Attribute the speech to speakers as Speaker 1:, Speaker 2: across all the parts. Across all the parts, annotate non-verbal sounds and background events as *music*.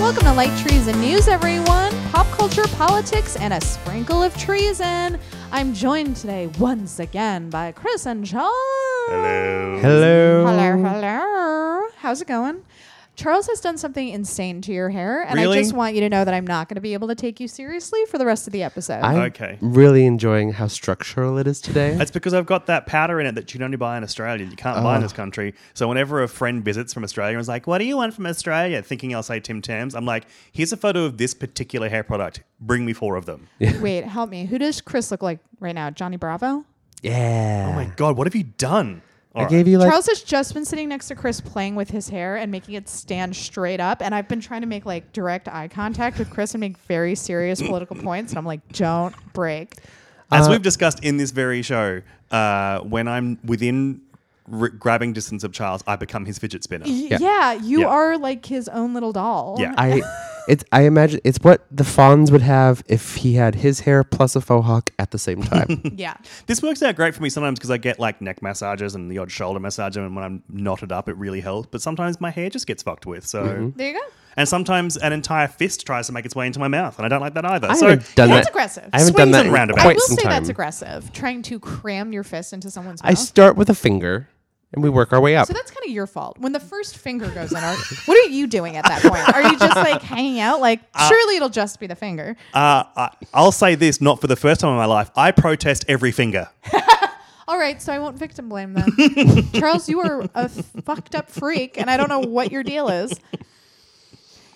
Speaker 1: Welcome to Like Trees and News, everyone. Pop culture, politics, and a sprinkle of treason. I'm joined today once again by Chris and Sean.
Speaker 2: Hello.
Speaker 3: Hello.
Speaker 1: Hello, hello. How's it going? Charles has done something insane to your hair, and
Speaker 3: Really?
Speaker 1: I just want you to know that I'm not going to be able to take you seriously for the rest of the episode.
Speaker 3: I'm
Speaker 2: Okay.
Speaker 3: really enjoying how structural it is today.
Speaker 2: That's because I've got that powder in it that you can only buy in Australia. You can't buy in this country. So whenever a friend visits from Australia and is like, What do you want from Australia? Thinking I'll say Tim Tams, I'm like, Here's a photo of this particular hair product. Bring me four of them.
Speaker 1: Wait, help me. Who does Chris look like right now? Johnny Bravo?
Speaker 3: yeah.
Speaker 2: Oh my God, what have you done? All
Speaker 3: I
Speaker 2: right.
Speaker 3: gave you like
Speaker 1: Charles has just been sitting next to Chris playing with his hair and making it stand straight up. And I've been trying to make like direct eye contact with Chris and make very
Speaker 3: *coughs*
Speaker 1: serious political points. And I'm like, don't break.
Speaker 2: As we've discussed in this very show, uh, when I'm within r- grabbing distance of Charles, I become his fidget spinner.
Speaker 1: Y- Yeah, you
Speaker 2: Yeah.
Speaker 1: are like his own little doll.
Speaker 2: Yeah.
Speaker 3: I it's I imagine it's what the Fonz would have if he had his hair plus a faux hawk at the
Speaker 2: *laughs*
Speaker 3: same time.
Speaker 1: Yeah.
Speaker 2: This works out great for me sometimes because I get like neck massages and the odd shoulder massage, and when I'm knotted up, it really helps. But sometimes my hair just gets fucked with. So.
Speaker 1: There you go.
Speaker 2: And sometimes an entire fist tries to make its way into my mouth, and I don't like that either.
Speaker 3: I
Speaker 2: so
Speaker 3: haven't done
Speaker 1: That's
Speaker 3: that.
Speaker 1: aggressive.
Speaker 3: I haven't done
Speaker 2: Swings
Speaker 3: that
Speaker 2: and
Speaker 3: in
Speaker 2: roundabouts.
Speaker 1: I will
Speaker 3: quite some
Speaker 1: say
Speaker 3: time.
Speaker 1: that's aggressive, trying to cram your fist into someone's mouth.
Speaker 3: I start with a finger and we work our way up.
Speaker 1: so that's kind of your fault. When the first finger goes in, are, what are you doing at that point? Are you just like hanging out? Like,
Speaker 3: Uh,
Speaker 1: surely it'll just be the finger.
Speaker 2: uh, I, I'll say this, not for the first time in my life, I protest every finger.
Speaker 1: All right, so I won't victim blame them.
Speaker 2: *laughs*
Speaker 1: Charles, you are a fucked up freak, and I don't know what your deal is.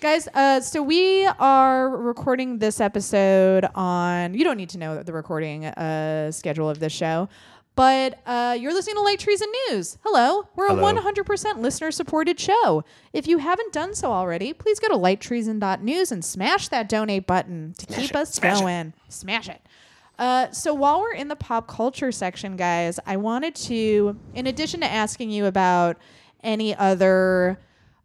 Speaker 1: Guys, uh, so we are recording this episode on. You don't need to know the recording uh, schedule of this show, but uh, you're listening to Light Trees and News. Hello, we're
Speaker 2: Hello.
Speaker 1: a 100% listener supported show. If you haven't done so already, please go to lighttreason.news and smash that donate button to keep us
Speaker 2: smash it.
Speaker 1: going. Smash it. Uh, so while we're in the pop culture section, guys, I wanted to, in addition to asking you about any other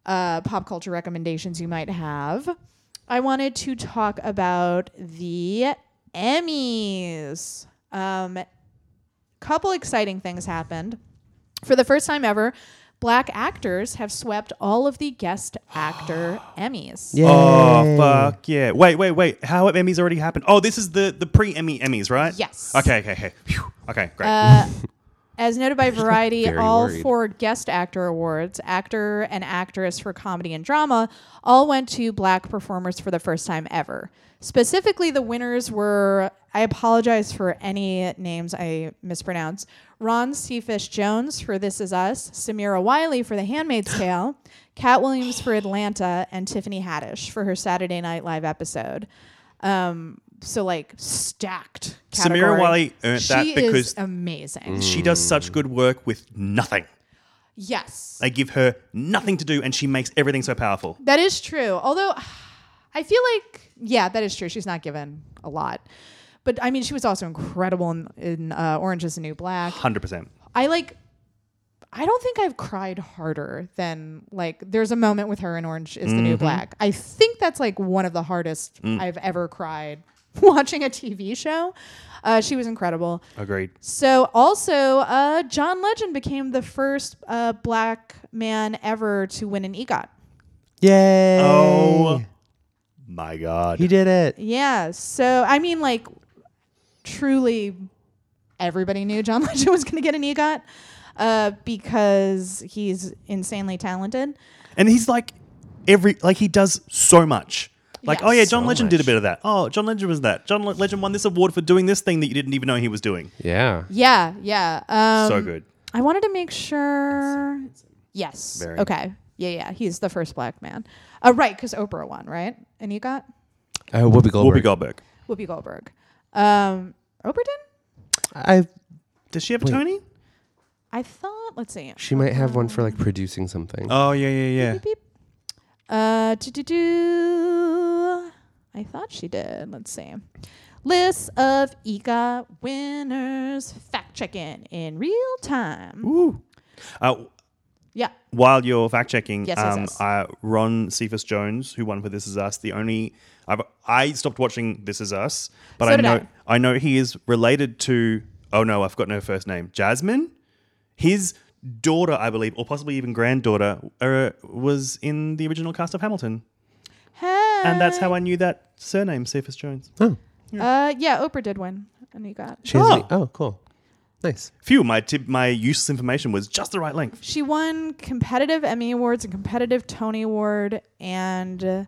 Speaker 1: uh, pop culture recommendations you might have, I wanted to talk about the Emmys. Um, couple exciting things happened. For the first time ever, black actors have swept all of the guest actor Emmys.
Speaker 3: Yay.
Speaker 2: Oh, fuck yeah. Wait, wait, wait. How have Emmys already happened? Oh, this is the, the pre Emmy Emmys, right?
Speaker 1: Yes.
Speaker 2: Okay, okay, okay. Phew. Okay, great.
Speaker 1: As noted
Speaker 2: *laughs*
Speaker 1: by Variety,
Speaker 3: very
Speaker 1: all
Speaker 3: worried.
Speaker 1: four guest actor awards, actor and actress for comedy and drama, all went to black performers for the first time ever. Specifically, the winners were I apologize for any names I mispronounce Ron Seafish Jones for This Is Us, Samira Wiley for The
Speaker 2: *laughs*
Speaker 1: Handmaid's Tale, Cat Williams for Atlanta, and Tiffany Haddish for her Saturday Night Live episode. Um, so, like, stacked.
Speaker 2: Samira
Speaker 1: category.
Speaker 2: Wiley earned that
Speaker 1: She
Speaker 2: because-
Speaker 1: is amazing.
Speaker 2: she does such good work with nothing.
Speaker 1: Yes.
Speaker 2: They give her nothing to do, and she makes everything so powerful.
Speaker 1: that is true. Although I feel like yeah, that is true. She's not given a lot. But I mean, she was also incredible in, in uh, Orange is the New Black.
Speaker 2: 100%.
Speaker 1: I like I don't think I've cried harder than like there's a moment with her in Orange is the New Black. I think that's like one of the hardest I've ever cried *laughs* watching a TV show. Uh, she was incredible.
Speaker 2: Agreed.
Speaker 1: So also, uh, John Legend became the first uh, black man ever to win an EGOT.
Speaker 3: Yay.
Speaker 2: Oh, my God.
Speaker 3: He did it.
Speaker 1: Yeah. So I mean, like, truly, everybody knew John *laughs* Legend was going to get an EGOT uh, because he's insanely talented.
Speaker 2: And he's like every like he does so much. Like,
Speaker 1: Yeah.
Speaker 2: oh yeah, John
Speaker 3: So
Speaker 2: Legend did a
Speaker 3: much.
Speaker 2: bit of that. Oh, John Legend was that. John Le- Legend won this award for doing this thing that you didn't even know he was doing.
Speaker 3: Yeah.
Speaker 1: Yeah. Yeah. Um,
Speaker 2: so good.
Speaker 1: I wanted to make sure. Yes.
Speaker 2: Very.
Speaker 1: Okay. Yeah. Yeah. He's the first black man. Uh, right, because Oprah won, right? An EGOT.
Speaker 3: Uh, Whoopi
Speaker 2: Whoopi
Speaker 3: Goldberg.
Speaker 2: Goldberg.
Speaker 1: Whoopi Goldberg. Um, Oprah did.
Speaker 3: I
Speaker 2: Does she have a Tony?
Speaker 1: I thought. Let's see.
Speaker 3: she might have one for like producing something.
Speaker 2: Oh yeah, yeah, yeah.
Speaker 1: Beep, beep. Uh, do do do. I thought she did. Let's see. List of EGOT winners. Fact checking in real time.
Speaker 2: Ooh. Uh,
Speaker 1: Yeah.
Speaker 2: while you're fact checking,
Speaker 1: Yes, yes,
Speaker 2: um,
Speaker 1: yes.
Speaker 2: Uh, Ron Cephas Jones, who won for This Is Us, the only I've, I stopped watching This Is Us, but
Speaker 1: So
Speaker 2: I
Speaker 1: did
Speaker 2: know I. know he is related to. Oh no, I've gotten her first name, Jasmine. His daughter, I believe, or possibly even granddaughter, uh, was in the original cast of Hamilton.
Speaker 1: Hey.
Speaker 2: And that's how I knew that surname, Cephas Jones.
Speaker 3: Oh,
Speaker 1: Uh, yeah, Oprah did win, E and he got.
Speaker 3: she has
Speaker 2: Oh.
Speaker 3: any- oh, cool. Nice.
Speaker 2: Phew, my tip, my useless information was just the right length.
Speaker 1: She won competitive Emmy Awards and competitive Tony Award and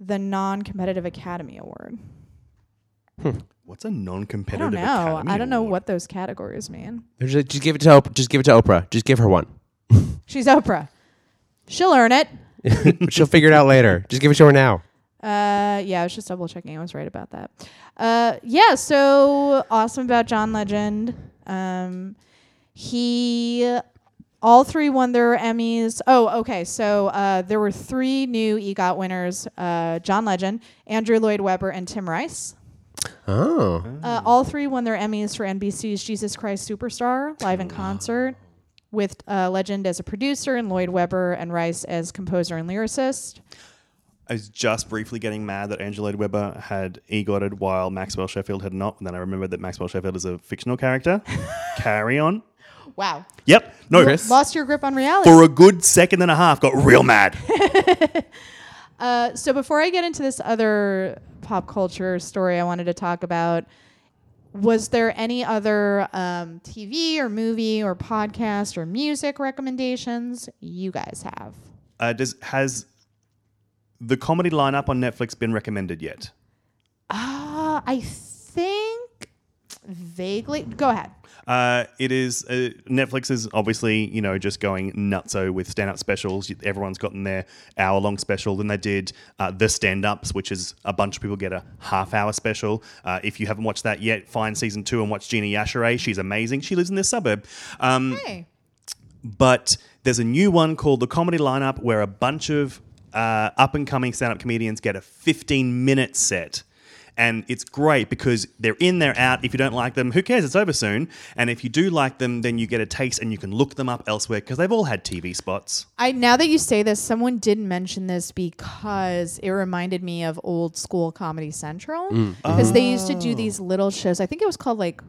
Speaker 1: the non-competitive Academy Award.
Speaker 2: What's a
Speaker 1: I don't
Speaker 2: non-competitive?
Speaker 1: know.
Speaker 2: Academy
Speaker 1: I don't know
Speaker 2: Award?
Speaker 1: what those categories mean.
Speaker 3: Just, just give it to Oprah. Just give it to Oprah. Just give her one.
Speaker 1: She's Oprah. She'll earn it.
Speaker 3: *laughs* She'll figure it out later. Just give it to her now.
Speaker 1: Uh, yeah, I was just double checking. I was right about that. Uh, yeah, so awesome about John Legend. Um, he, all three won their Emmys. Oh, okay. So uh, there were three new EGOT winners: uh, John Legend, Andrew Lloyd Webber, and Tim Rice.
Speaker 3: Oh,
Speaker 1: Uh, all three won their Emmys for NBC's Jesus Christ Superstar live in concert, with uh, Legend as a producer and Lloyd Webber and Rice as composer and lyricist.
Speaker 2: I was just briefly getting mad that Angela Lloyd Webber had egotted while Maxwell Sheffield had not. And then I remembered that Maxwell Sheffield is a fictional character. Carry on.
Speaker 1: Wow,
Speaker 2: Yep. No.
Speaker 3: Chris?
Speaker 1: lost your grip on reality.
Speaker 2: For a good second and a half, got real mad. *laughs*
Speaker 1: Uh, so before I get into this other pop culture story, I wanted to talk about was there any other um, TV or movie or podcast or music recommendations you guys have?
Speaker 2: Uh, does has the comedy lineup on Netflix been recommended yet?
Speaker 1: Uh, I think vaguely. Go ahead.
Speaker 2: Uh, it is uh, Netflix is obviously you know just going nutso with stand up specials. Everyone's gotten their hour long special. Then they did uh, the stand ups, which is a bunch of people get a half hour special. Uh, if you haven't watched that yet, find season two and watch Gina Yashere. She's amazing. She lives in this suburb. Um,
Speaker 1: Hey,
Speaker 2: but there's a new one called the comedy lineup where a bunch of uh, up and coming stand up comedians get a 15 minute set. And it's great because they're in, they're out. If you don't like them, who cares? It's over soon. And if you do like them, then you get a taste and you can look them up elsewhere because they've all had TV spots.
Speaker 1: I now that you say this, someone did mention this because it reminded me of old school Comedy Central
Speaker 2: Mm.
Speaker 1: because they used to do these little shows. I think it was called like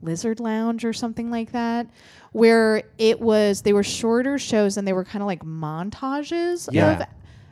Speaker 1: Lizard Lounge or something like that, where it was they were shorter shows and they were kind of like montages
Speaker 3: Yeah.
Speaker 1: of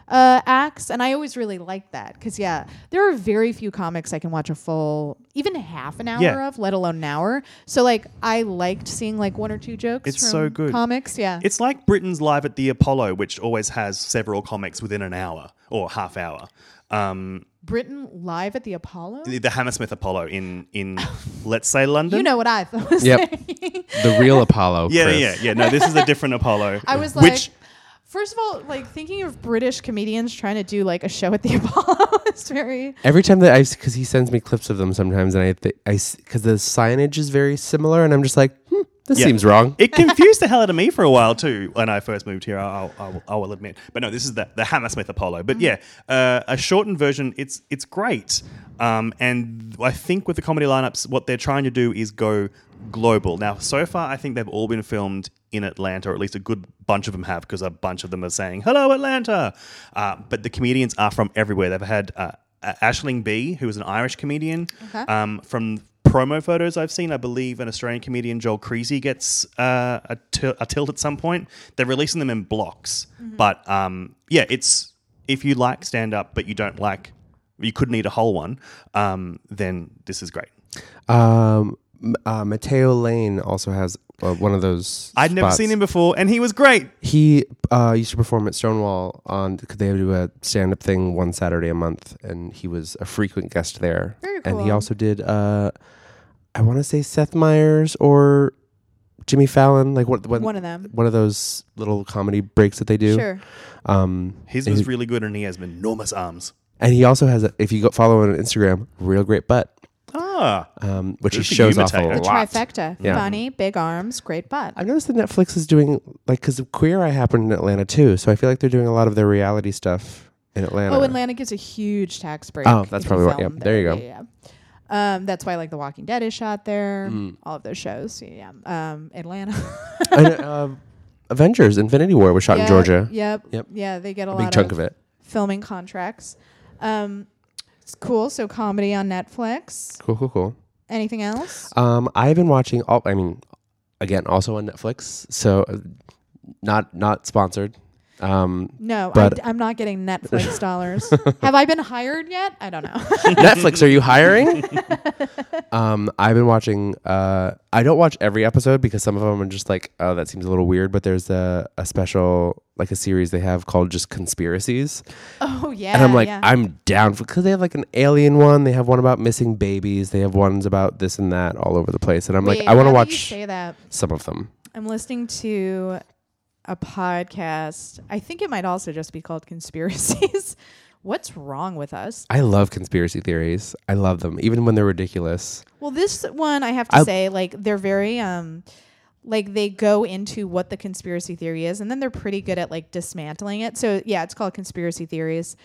Speaker 1: uh, acts, and I always really liked that because yeah, there are very few comics I can watch a full, even half an hour
Speaker 2: Yeah.
Speaker 1: of, let alone an hour. So like I liked seeing like one or two jokes.
Speaker 2: It's
Speaker 1: from
Speaker 2: so good.
Speaker 1: comics. Yeah,
Speaker 2: It's like Britain's Live at the Apollo, which always has several comics within an hour or half hour. Um,
Speaker 1: Britain live at the Apollo?
Speaker 2: the, the Hammersmith Apollo in,
Speaker 1: *laughs*
Speaker 2: in let's say, London.
Speaker 1: You know what *laughs* I thought. was
Speaker 3: Yep.
Speaker 1: happening.
Speaker 3: the real Apollo.
Speaker 2: *laughs* yeah,
Speaker 3: Chris.
Speaker 2: yeah, yeah. No, this is a different Apollo.
Speaker 1: *laughs* I was like,
Speaker 2: which
Speaker 1: first of all, like thinking of British comedians trying to do like a show at the *laughs* Apollo is very.
Speaker 3: Every time that I, because he sends me clips of them sometimes, and I, th- I, because the signage is very similar, and I'm just like, hmm, this
Speaker 2: Yeah.
Speaker 3: seems wrong.
Speaker 2: It confused the hell out of me for a while too when I first moved here. I'll, I'll, I will admit, but no, this is the, the Hammersmith Apollo. But yeah, uh, a shortened version. It's it's great, um, and I think with the comedy lineups, what they're trying to do is go global. Now, so far, I think they've all been filmed in Atlanta, or at least a good bunch of them have, because a bunch of them are saying "Hello, Atlanta." Uh, but the comedians are from everywhere. They've had. Uh, uh, Ashling B, who is an Irish comedian, um, from promo photos I've seen, I believe an Australian comedian Joel Creasy gets uh, a, til- a tilt at some point. They're releasing them in blocks, but um, yeah, it's if you like stand up, but you don't like, you couldn't eat a whole one, um, then this is great.
Speaker 3: Um, M- uh, Mateo Lane also has uh, one of those.
Speaker 2: I'd never
Speaker 3: spots.
Speaker 2: seen him before, and he was great.
Speaker 3: He uh, used to perform at Stonewall on because they do a stand-up thing one Saturday a month, and he was a frequent guest there.
Speaker 1: Very
Speaker 3: And he
Speaker 1: cool.
Speaker 3: also did, uh, I want to say Seth Meyers or Jimmy Fallon, like what, what
Speaker 1: One of them.
Speaker 3: one of those little comedy breaks that they do.
Speaker 1: Sure.
Speaker 3: Um,
Speaker 2: His
Speaker 3: and
Speaker 2: was
Speaker 3: he-
Speaker 2: really good, and he has enormous arms.
Speaker 3: and he also has, a, if you go follow him on Instagram, real great butt,
Speaker 2: Ah,
Speaker 3: um, which he
Speaker 2: Good for
Speaker 3: shows
Speaker 2: you,
Speaker 3: off a
Speaker 2: Mateo.
Speaker 1: The
Speaker 2: The
Speaker 3: lot.
Speaker 1: trifecta.
Speaker 3: Yeah.
Speaker 1: Funny, big arms, great butt.
Speaker 3: I've noticed that Netflix is doing like because Queer Eye happened in Atlanta too, so I feel like they're doing a lot of their reality stuff in Atlanta.
Speaker 1: Oh, Atlanta gives a huge tax break.
Speaker 3: Oh, that's
Speaker 1: if
Speaker 3: probably why-
Speaker 1: film
Speaker 3: yeah, there you go.
Speaker 1: Yeah, yeah. Um, that's why like The Walking Dead is shot there. All of those shows. Yeah. Um, Atlanta. *laughs*
Speaker 3: and, uh, Avengers: Infinity War was shot
Speaker 1: Yeah,
Speaker 3: in Georgia.
Speaker 1: Yep.
Speaker 3: Yep.
Speaker 1: Yeah, they get a,
Speaker 3: a
Speaker 1: lot
Speaker 3: big chunk of it.
Speaker 1: filming contracts. Um, it's cool. So comedy on Netflix.
Speaker 3: Cool, cool, cool.
Speaker 1: Anything else?
Speaker 3: Um, I've been watching all. I mean, again, also on Netflix. So, uh, not not sponsored.
Speaker 1: *laughs*
Speaker 3: Um,
Speaker 1: No,
Speaker 3: But-
Speaker 1: I, am not getting
Speaker 3: *laughs*
Speaker 1: Netflix dollars. Have I been hired yet? I don't know. *laughs*
Speaker 3: Netflix, are you hiring? um, I've been watching. Uh, I don't watch every episode because some of them are just like, oh, that seems a little weird. But there's a, a special, like a series they have called just conspiracies,
Speaker 1: oh yeah.
Speaker 3: and I'm like,
Speaker 1: yeah.
Speaker 3: I'm down for because they have like an alien one. They have one about missing babies. They have ones about this and that all over the place. And I'm
Speaker 1: Wait,
Speaker 3: like, I want
Speaker 1: how
Speaker 3: to
Speaker 1: do you
Speaker 3: watch
Speaker 1: say that.
Speaker 3: some of them.
Speaker 1: I'm listening to a podcast. I think it might also just be called conspiracies. *laughs* What's wrong with us?
Speaker 3: I love conspiracy theories. I love them, even when
Speaker 1: *laughs*
Speaker 3: they're ridiculous.
Speaker 1: Well, this one I have to
Speaker 3: I-
Speaker 1: say, like they're very um, like they go into what the conspiracy theory is, and then they're pretty good at like dismantling it. So yeah, it's called conspiracy theories,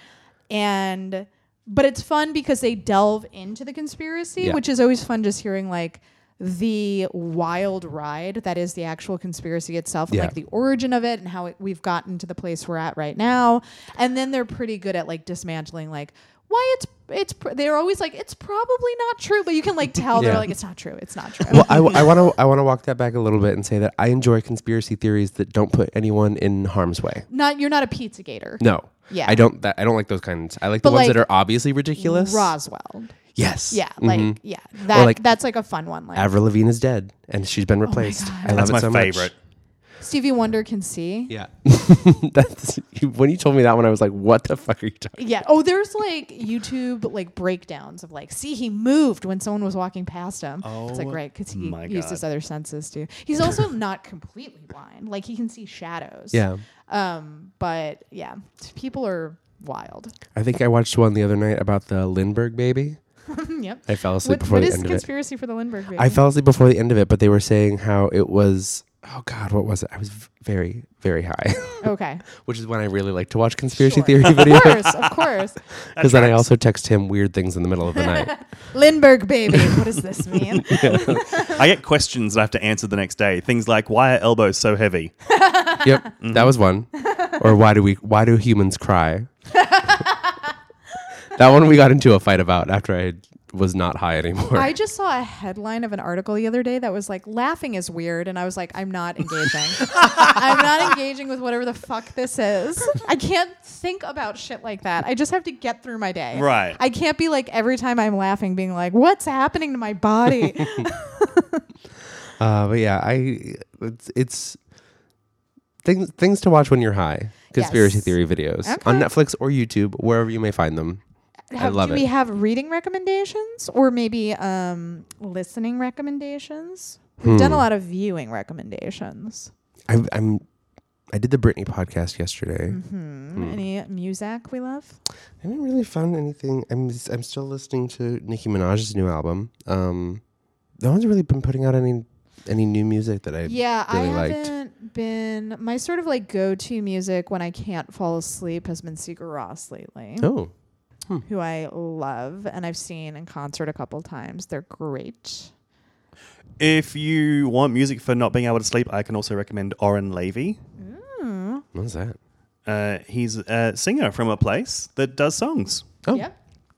Speaker 1: and but it's fun because they delve into the conspiracy,
Speaker 3: Yeah.
Speaker 1: which is always fun. Just hearing like the wild ride that is the actual conspiracy itself and
Speaker 3: Yeah.
Speaker 1: like the origin of it and how it, we've gotten to the place we're at right now and then they're pretty good at like dismantling like why it's it's pr- they're always like it's probably not true but you can like tell they're
Speaker 3: Yeah.
Speaker 1: like it's not true it's not true
Speaker 3: well, I want to I want to walk that back a little bit and say that I enjoy conspiracy theories that don't put anyone in harm's way.
Speaker 1: not you're not a pizza gator
Speaker 3: No,
Speaker 1: Yeah.
Speaker 3: I don't. That, I don't like those kinds. I like
Speaker 1: But,
Speaker 3: the ones
Speaker 1: like,
Speaker 3: that are obviously ridiculous.
Speaker 1: roswell
Speaker 3: Yes.
Speaker 1: yeah like yeah that
Speaker 3: Mm-hmm. like-
Speaker 1: that's like a fun one like
Speaker 3: Avril Lavigne is dead and she's been replaced.
Speaker 1: Oh God.
Speaker 3: I love
Speaker 2: That's
Speaker 3: it
Speaker 2: my
Speaker 3: so much.
Speaker 2: favorite.
Speaker 1: stevie wonder can see yeah.
Speaker 3: Yeah. *laughs* That's when you told me that one, I was like, "What the fuck are you talking?"
Speaker 1: oh there's like youtube like breakdowns of like see he moved when someone was walking past him it's like
Speaker 2: Oh
Speaker 1: right because he
Speaker 2: my
Speaker 1: used his
Speaker 2: God.
Speaker 1: other senses too he's also not completely blind like he can see shadows
Speaker 3: Yeah.
Speaker 1: um but yeah people are wild *laughs*
Speaker 3: I think I watched one the other night about the Lindbergh baby.
Speaker 1: Hmm, yep
Speaker 3: I fell asleep
Speaker 1: What,
Speaker 3: before
Speaker 1: what
Speaker 3: the
Speaker 1: is
Speaker 3: end of it.
Speaker 1: conspiracy for the Lindbergh baby?
Speaker 3: I fell asleep before the end of it, but they were saying how it was. Oh God, what was it? I was v- very, very high. *laughs*
Speaker 1: okay.
Speaker 3: which is when I really like to watch conspiracy
Speaker 1: Sure.
Speaker 3: theory
Speaker 1: *laughs*
Speaker 3: *laughs*
Speaker 1: Of
Speaker 3: videos.
Speaker 1: course, of
Speaker 3: *laughs*
Speaker 1: course.
Speaker 3: Because then I
Speaker 2: tracks.
Speaker 3: also text him weird things in the middle of the
Speaker 1: *laughs*
Speaker 3: night.
Speaker 1: Lindbergh baby. What does this mean?
Speaker 2: I get questions that I have to answer the next day. Things like, why are elbows so heavy?
Speaker 3: yep, that was one. Or why do we? Why do humans
Speaker 1: *laughs*
Speaker 3: cry? that one we got into a fight about after I was not high anymore.
Speaker 1: I just saw a headline of an article the other day that was like, laughing is weird. And I was like, I'm not
Speaker 3: *laughs*
Speaker 1: engaging. I'm not engaging with whatever the fuck this is. I can't think about shit like that. I just have to get through my day.
Speaker 2: Right.
Speaker 1: I can't be like, every time I'm laughing, being like, what's happening to my
Speaker 3: *laughs*
Speaker 1: body?
Speaker 3: uh, but yeah, I it's, it's things things to watch when you're high. Conspiracy
Speaker 1: Yes.
Speaker 3: theory videos
Speaker 1: Okay.
Speaker 3: on Netflix or YouTube, wherever you may find them.
Speaker 1: Have-
Speaker 3: love
Speaker 1: do we
Speaker 3: it.
Speaker 1: have reading recommendations or maybe um, listening recommendations?
Speaker 3: Hmm.
Speaker 1: We've done a lot of viewing recommendations.
Speaker 3: I, I'm I did the Britney podcast yesterday.
Speaker 1: Mm-hmm.
Speaker 3: Hmm.
Speaker 1: Any music we love?
Speaker 3: I haven't really found anything. I'm s- I'm still listening to Nicki Minaj's new album. Um, no one's really been putting out any any new music that I
Speaker 1: Yeah,
Speaker 3: really
Speaker 1: I
Speaker 3: liked.
Speaker 1: haven't been. My sort of like go to music when I can't fall asleep has been Sigur Ross lately,
Speaker 3: Oh,
Speaker 1: who I love and I've seen in concert a couple times. They're great.
Speaker 2: If you want music for not being able to sleep, I can also recommend Oren Levy.
Speaker 3: what's that?
Speaker 2: Uh, he's a singer from a place that does songs.
Speaker 3: Oh,
Speaker 1: Yep.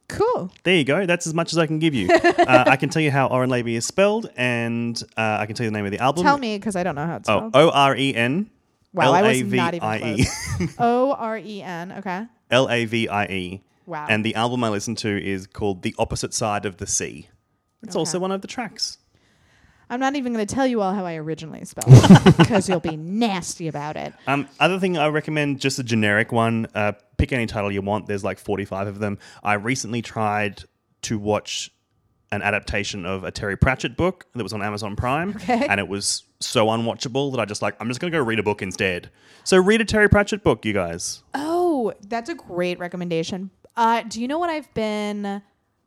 Speaker 1: Cool.
Speaker 2: There you go. That's as much as I can
Speaker 1: *laughs*
Speaker 2: give you. uh, I can tell you how Oren Levy is spelled, and uh, I can tell you the name of the album.
Speaker 1: Tell me because I don't know how it's
Speaker 2: Oh,
Speaker 3: uh,
Speaker 1: spelled.
Speaker 2: O R E N.
Speaker 1: Wow, I was
Speaker 2: L-A-V-I-E.
Speaker 1: not even
Speaker 3: E. *laughs*
Speaker 1: close. O R E N. Okay.
Speaker 2: L A V I E. *laughs*
Speaker 1: Wow.
Speaker 2: And the album I listened to is called The Opposite Side of the Sea. It's also one of the tracks.
Speaker 1: I'm not even going to tell you all how I originally
Speaker 3: *laughs*
Speaker 1: spelled it because you'll be nasty about it.
Speaker 2: Um, other thing I recommend, just a generic one. Uh, pick any title you want. There's like 45 of them. I recently tried to watch an adaptation of a Terry Pratchett book that was on Amazon Prime,
Speaker 1: Okay.
Speaker 2: and it was so unwatchable that I just like I'm just gonna go read a book instead. So read a Terry Pratchett book, you guys.
Speaker 1: Oh, that's a great recommendation. Uh, do you know what I've been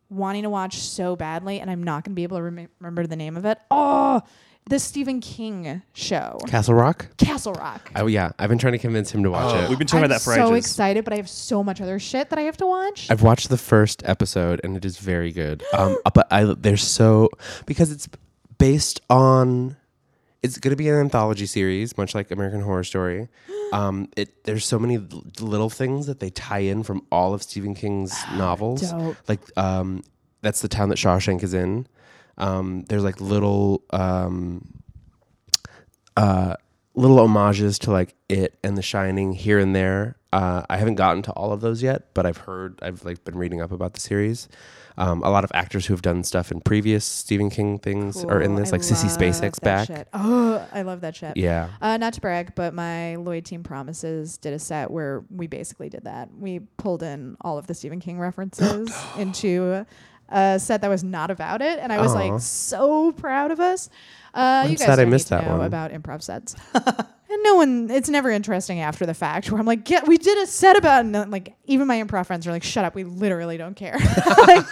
Speaker 1: wanting to watch so badly, and I'm not going to be able to rem- remember the name of it? Oh, the Stephen King show,
Speaker 3: Castle Rock.
Speaker 1: Castle Rock.
Speaker 3: Oh yeah, I've been trying to convince him to watch
Speaker 2: Uh,
Speaker 3: it.
Speaker 2: We've been talking
Speaker 1: I'm
Speaker 2: about that for
Speaker 1: so
Speaker 2: ages.
Speaker 1: excited, but I have so much other shit that I have to watch.
Speaker 3: I've watched the first episode and it is very good. Um, uh, but I they're so because it's based on it's going to be an anthology series, much like American Horror Story. Um, it there's so many l- little things that they tie in from all of Stephen King's novels.
Speaker 1: Dope.
Speaker 3: Like um, that's the town that Shawshank is in. Um, there's like little um, uh, little homages to like it and The Shining here and there. Uh, I haven't gotten to all of those yet, but I've heard I've like been reading up about the series. Um, a lot of actors who have done stuff in previous Stephen King things are in
Speaker 1: Cool.
Speaker 3: this,
Speaker 1: I
Speaker 3: like Sissy
Speaker 1: love
Speaker 3: SpaceX
Speaker 1: that
Speaker 3: back.
Speaker 1: shit. Oh, I love that shit.
Speaker 3: Yeah,
Speaker 1: Uh, not to brag, but my Lloyd Team Promises did a set where we basically did that. We pulled in all of the Stephen King references
Speaker 3: *gasps*
Speaker 1: into a set that was not about it, and I was
Speaker 3: Aw.
Speaker 1: like so proud of us. Uh, you guys
Speaker 3: sad I
Speaker 1: don't
Speaker 3: missed
Speaker 1: need to
Speaker 3: that
Speaker 1: know
Speaker 3: one.
Speaker 1: about improv sets. *laughs* And no one, it's never interesting after the fact where I'm like, yeah, we did a set about, and then, like, even my improv friends are like, shut up, we literally don't care. *laughs* like,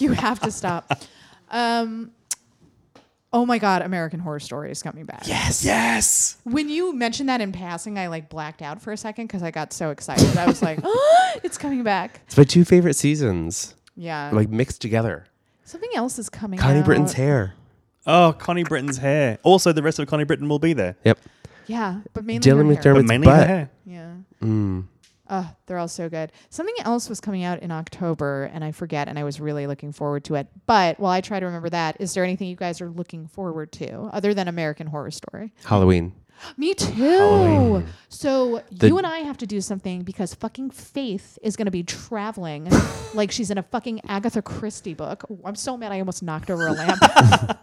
Speaker 1: you have to stop. Um, oh my God, American Horror Story has got me back.
Speaker 2: Yes. Yes.
Speaker 1: When you mentioned that in passing, I like blacked out for a second because I got so excited. I was like, *gasps* "Ah, it's coming back.
Speaker 3: it's my two favorite seasons,
Speaker 1: Yeah.
Speaker 3: like mixed together.
Speaker 1: Something else is coming
Speaker 3: Connie
Speaker 1: out.
Speaker 3: Britton's hair.
Speaker 2: Oh, Connie Britton's hair. Also, the rest of Connie Britton will be there,
Speaker 3: Yep.
Speaker 1: Yeah. But mainly
Speaker 3: Dylan
Speaker 1: her hair.
Speaker 2: but
Speaker 3: McDermott's
Speaker 2: mainly her
Speaker 3: butt.
Speaker 2: hair.
Speaker 1: Yeah.
Speaker 3: Mm.
Speaker 1: Oh, they're all so good. Something else was coming out in October and I forget and I was really looking forward to it. But while I try to remember that, is there anything you guys are looking forward to other than American Horror Story?
Speaker 3: Halloween.
Speaker 1: Me too. So
Speaker 3: The-
Speaker 1: you and I have to do something because fucking Faith is going to be
Speaker 3: *laughs*
Speaker 1: traveling like she's in a fucking Agatha Christie book. Oh, I'm so mad I almost knocked over a lamp.
Speaker 3: *laughs*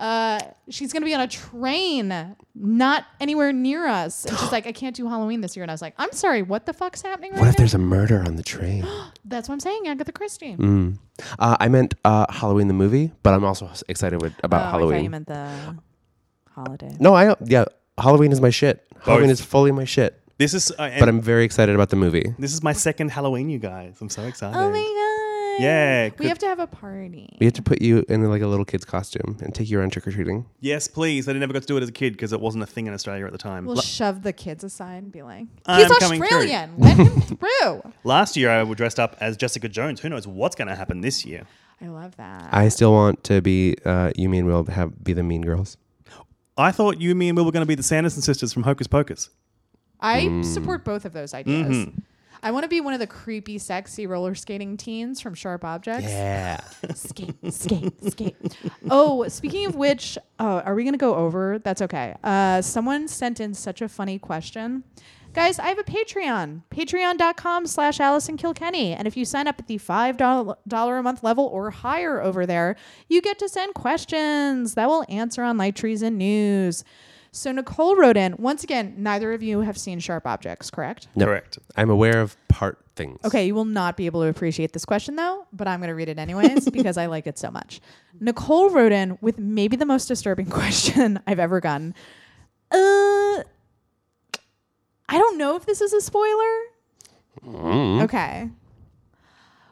Speaker 1: uh, she's going to be on a train, not anywhere near us. And
Speaker 3: *gasps*
Speaker 1: she's like, I can't do Halloween this year. And I was like, I'm sorry, what the fuck's happening right
Speaker 3: What if
Speaker 1: now?
Speaker 3: there's a murder on the train?
Speaker 1: *gasps* That's what I'm saying, Agatha Christie. Oh,
Speaker 3: Mm. Uh, I meant uh, Halloween the movie, but I'm also s- excited with,
Speaker 1: Oh,
Speaker 3: about Halloween.
Speaker 1: meant the holiday.
Speaker 3: no, I yeah, Halloween is my shit. Halloween
Speaker 2: Both.
Speaker 3: is fully my shit.
Speaker 2: This is. Uh, and
Speaker 3: But um, I'm very excited about the movie.
Speaker 2: this is my second Halloween, you guys. I'm so excited.
Speaker 1: Oh my god.
Speaker 2: Yeah,
Speaker 1: We
Speaker 2: could-
Speaker 1: have to have a party.
Speaker 3: We have to put you in like a little kid's costume and take you around trick or treating.
Speaker 2: Yes, please. I never got to do it as a kid because it wasn't a thing in Australia at the time.
Speaker 1: We'll
Speaker 2: La-
Speaker 1: shove the kids aside and be like,
Speaker 2: I'm
Speaker 1: "He's
Speaker 2: coming through."
Speaker 1: Australian. Let
Speaker 2: *laughs*
Speaker 1: him through."
Speaker 2: Last year, I was dressed up as Jessica Jones. Who knows what's going to happen this year?
Speaker 1: I love that.
Speaker 3: I still want to be. Uh, you mean we'll have be the mean girls?
Speaker 2: I thought you, me, and Will were going to be the Sanderson sisters from Hocus Pocus.
Speaker 1: I
Speaker 2: Mm.
Speaker 1: support both of those ideas.
Speaker 2: Mm-hmm.
Speaker 1: I want to be one of the creepy, sexy roller skating teens from Sharp Objects.
Speaker 3: Yeah.
Speaker 1: Skate, skate, skate. Oh, speaking of which, oh, are we going to go over? That's okay. Uh, someone sent in such a funny question. Guys, I have a Patreon, patreon.com slash Allison Kilkenny. And if you sign up at the $5 dollar a month level or higher over there, you get to send questions that will answer on Light Trees and News. So Nicole wrote in, once again, neither of you have seen Sharp Objects, correct?
Speaker 3: No.
Speaker 2: Correct.
Speaker 3: I'm aware of part things.
Speaker 1: Okay, you will not be able to appreciate this question though, but I'm going to read it anyways because I like it so much. Nicole wrote in with maybe the most disturbing *laughs* question I've ever gotten. Uh, I don't know if this is a spoiler. Okay.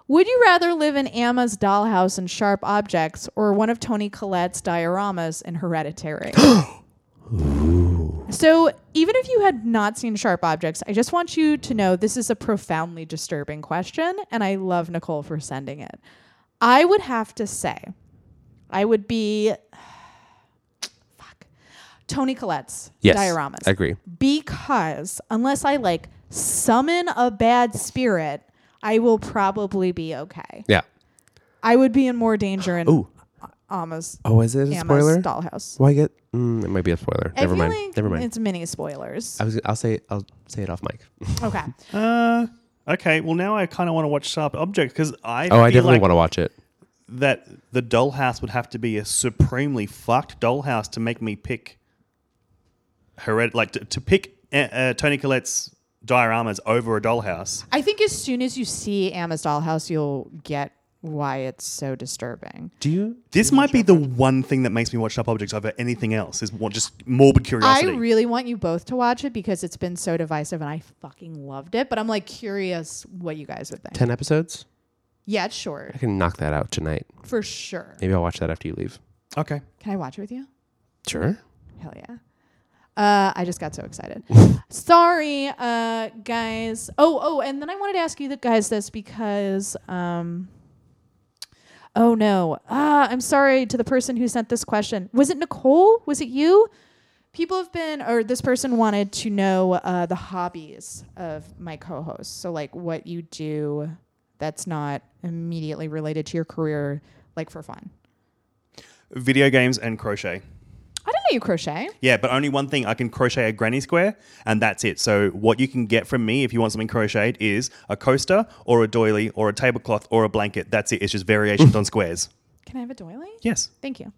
Speaker 1: Would you rather live in Emma's dollhouse and sharp objects or one of Tony Collette's dioramas in Hereditary? *laughs* So, even if you had not seen Sharp Objects, I just want you to know this is a profoundly disturbing question, and I love Nicole for sending it. I would have to say, I would be, *sighs* fuck, Tony Collette's
Speaker 3: Yes.
Speaker 1: dioramas
Speaker 3: I agree.
Speaker 1: because unless I like summon a bad spirit, I will probably be okay.
Speaker 3: Yeah.
Speaker 1: I would be in more danger in
Speaker 3: Ooh.
Speaker 1: Alma's,
Speaker 3: Oh, is it a
Speaker 1: Alma's
Speaker 3: spoiler?
Speaker 1: dollhouse.
Speaker 3: Well, I get. Mm, it might be a spoiler.
Speaker 1: I
Speaker 3: Never
Speaker 1: feel
Speaker 3: mind.
Speaker 1: like
Speaker 3: Never mind.
Speaker 1: It's mini spoilers.
Speaker 3: I was. I'll say. I'll say it off mic.
Speaker 1: Okay.
Speaker 2: Uh, okay. Well, now I kind of want to watch Sharp Objects because I
Speaker 3: Oh, I
Speaker 2: feel
Speaker 3: definitely
Speaker 2: like
Speaker 3: want to watch it.
Speaker 2: that the dollhouse would have to be a supremely fucked dollhouse to make me pick hered like to, to pick uh, uh, Tony Collette's dioramas over a dollhouse.
Speaker 1: I think as soon as you see Emma's dollhouse, you'll get why it's so disturbing.
Speaker 3: Do you?
Speaker 2: This might be the one thing that makes me watch Sharp Objects over anything else is more, just morbid curiosity.
Speaker 1: I really want you both to watch it because it's been so divisive and I fucking loved it. But I'm like curious what you guys would think.
Speaker 3: Ten episodes.
Speaker 1: Yeah, it's short.
Speaker 3: I can knock that out tonight.
Speaker 1: For sure.
Speaker 3: Maybe I'll watch that after you leave.
Speaker 2: okay.
Speaker 1: Can I watch it with you?
Speaker 3: Sure.
Speaker 1: Hell yeah. Uh, I just got so excited. Sorry, uh, guys. Oh, oh, and then I wanted to ask you the guys this because, um, oh no, ah, I'm sorry to the person who sent this question. Was it Nicole? Was it you? People have been, or this person wanted to know uh, the hobbies of my co-hosts. So, like, what you do that's not immediately related to your career, like for fun.
Speaker 2: Video games and crochet.
Speaker 1: I didn't know you crochet.
Speaker 2: Yeah, but only one thing. I can crochet a granny square, and that's it. So what you can get from me if you want something crocheted is a coaster or a doily or a tablecloth or a blanket. That's it. It's just variations on squares.
Speaker 1: Can I have a doily?
Speaker 2: Yes.
Speaker 1: Thank you.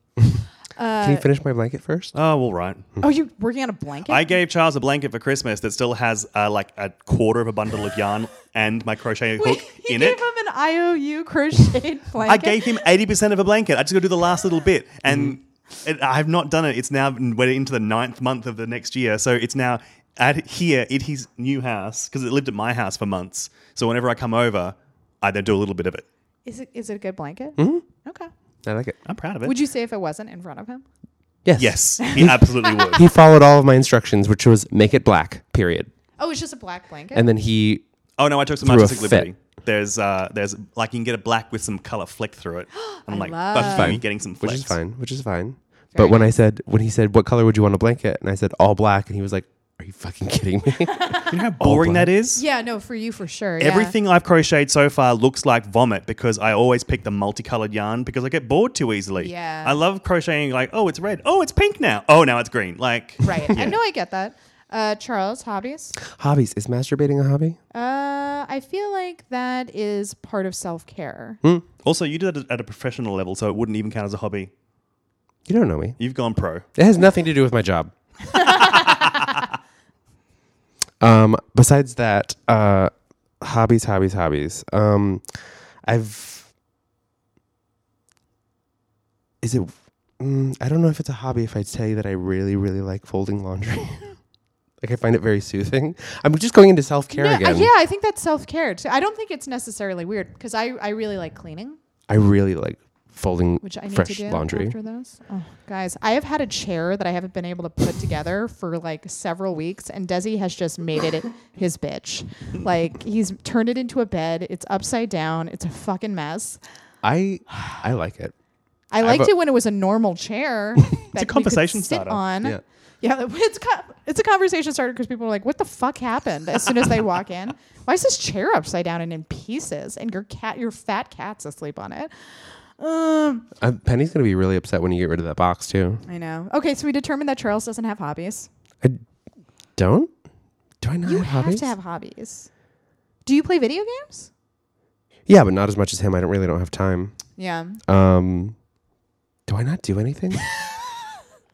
Speaker 1: Uh,
Speaker 3: Can you finish my blanket first?
Speaker 2: Oh, all right.
Speaker 1: Oh, you working on a blanket? *laughs*
Speaker 2: I gave Charles a blanket for Christmas that still has uh, like a quarter of a bundle of yarn and
Speaker 1: *laughs*
Speaker 2: my crochet hook
Speaker 1: he
Speaker 2: in
Speaker 1: gave
Speaker 2: it.
Speaker 1: him an IOU crocheted blanket.
Speaker 2: *laughs* I gave him 80% of a blanket. I just got to do the last little bit. And
Speaker 3: Mm-hmm.
Speaker 2: it, I have not done it. It's now, we're into the ninth month of the next year. So it's now at here at his new house because it lived at my house for months. So whenever I come over, I then do a little bit of it.
Speaker 1: Is it is it a good blanket?
Speaker 2: Hmm?
Speaker 1: Okay.
Speaker 3: I like it.
Speaker 2: I'm proud of it.
Speaker 1: Would you say if it wasn't in front of him? *laughs*
Speaker 3: Yes.
Speaker 2: yes, he absolutely would.
Speaker 3: He followed all of my instructions, which was make it black, period.
Speaker 1: Oh, it's just a black blanket.
Speaker 3: And then he,
Speaker 2: Oh no, I took some
Speaker 3: Through a
Speaker 2: artistic
Speaker 3: fit.
Speaker 2: liberty. There's uh, there's like you can get a black with some color flicked
Speaker 1: *gasps*
Speaker 2: through it. And I'm like,
Speaker 1: love-
Speaker 2: that's
Speaker 3: Fine.
Speaker 2: me getting some
Speaker 3: which
Speaker 2: flicks.
Speaker 3: is fine, which is fine. But when I said, when he said, what color would you want a blanket? And I said, all black. And he was like, are you fucking kidding me?
Speaker 2: You know how boring
Speaker 3: black.
Speaker 2: that is.
Speaker 1: yeah, no, for you for sure. yeah.
Speaker 2: Everything I've crocheted so far looks like vomit because I always pick the multicolored yarn because I get bored too easily.
Speaker 1: Yeah.
Speaker 2: I love crocheting like, oh, it's red. Oh, it's pink now. Oh, now it's green. Like, *laughs*
Speaker 1: Right. I know I get that. Uh, Charles, hobbies.
Speaker 3: Hobbies. Is masturbating a hobby?
Speaker 1: Uh, I feel like that is part of self care.
Speaker 2: Hmm? also, you do that at a professional level, so it wouldn't even count as a hobby.
Speaker 3: You don't know me.
Speaker 2: You've gone pro.
Speaker 3: It has nothing to do with my job. um, besides that, uh, hobbies, hobbies, hobbies. Um, I've. Is it? Mm, I don't know if it's a hobby. If I tell you that I really, really like folding laundry, *laughs* like I find it very soothing. I'm just going into self care
Speaker 1: yeah,
Speaker 3: again.
Speaker 1: yeah, I think that's self care too. I don't think it's necessarily weird because I, I really like cleaning,
Speaker 3: I really like folding
Speaker 1: which I need
Speaker 3: fresh
Speaker 1: to do
Speaker 3: laundry.
Speaker 1: after this. Oh, guys, I have had a chair that I haven't been able to put together for like several weeks, and Desi has just made it his bitch. Like he's turned it into a bed. It's upside down. It's a fucking mess.
Speaker 3: I I like it.
Speaker 1: I liked
Speaker 3: a-
Speaker 1: it when it was a normal chair. that it's
Speaker 2: conversation
Speaker 1: sit
Speaker 2: starter.
Speaker 1: on.
Speaker 3: Yeah.
Speaker 1: Yeah, it's co- it's a conversation starter because people are like, "What the fuck happened?" As soon as they walk in, *laughs* why is this chair upside down and in pieces? And your cat, your fat cat's asleep on it. Um,
Speaker 3: Uh, Penny's gonna be really upset when you get rid of that box too.
Speaker 1: I know. Okay, so we determined that Charles doesn't have hobbies.
Speaker 3: I don't. Do I not
Speaker 1: You
Speaker 3: have
Speaker 1: have
Speaker 3: hobbies?
Speaker 1: to have hobbies. Do you play video games?
Speaker 3: yeah, but not as much as him. I don't really don't have time.
Speaker 1: Yeah.
Speaker 3: Um, do I not
Speaker 1: *laughs*
Speaker 3: do anything?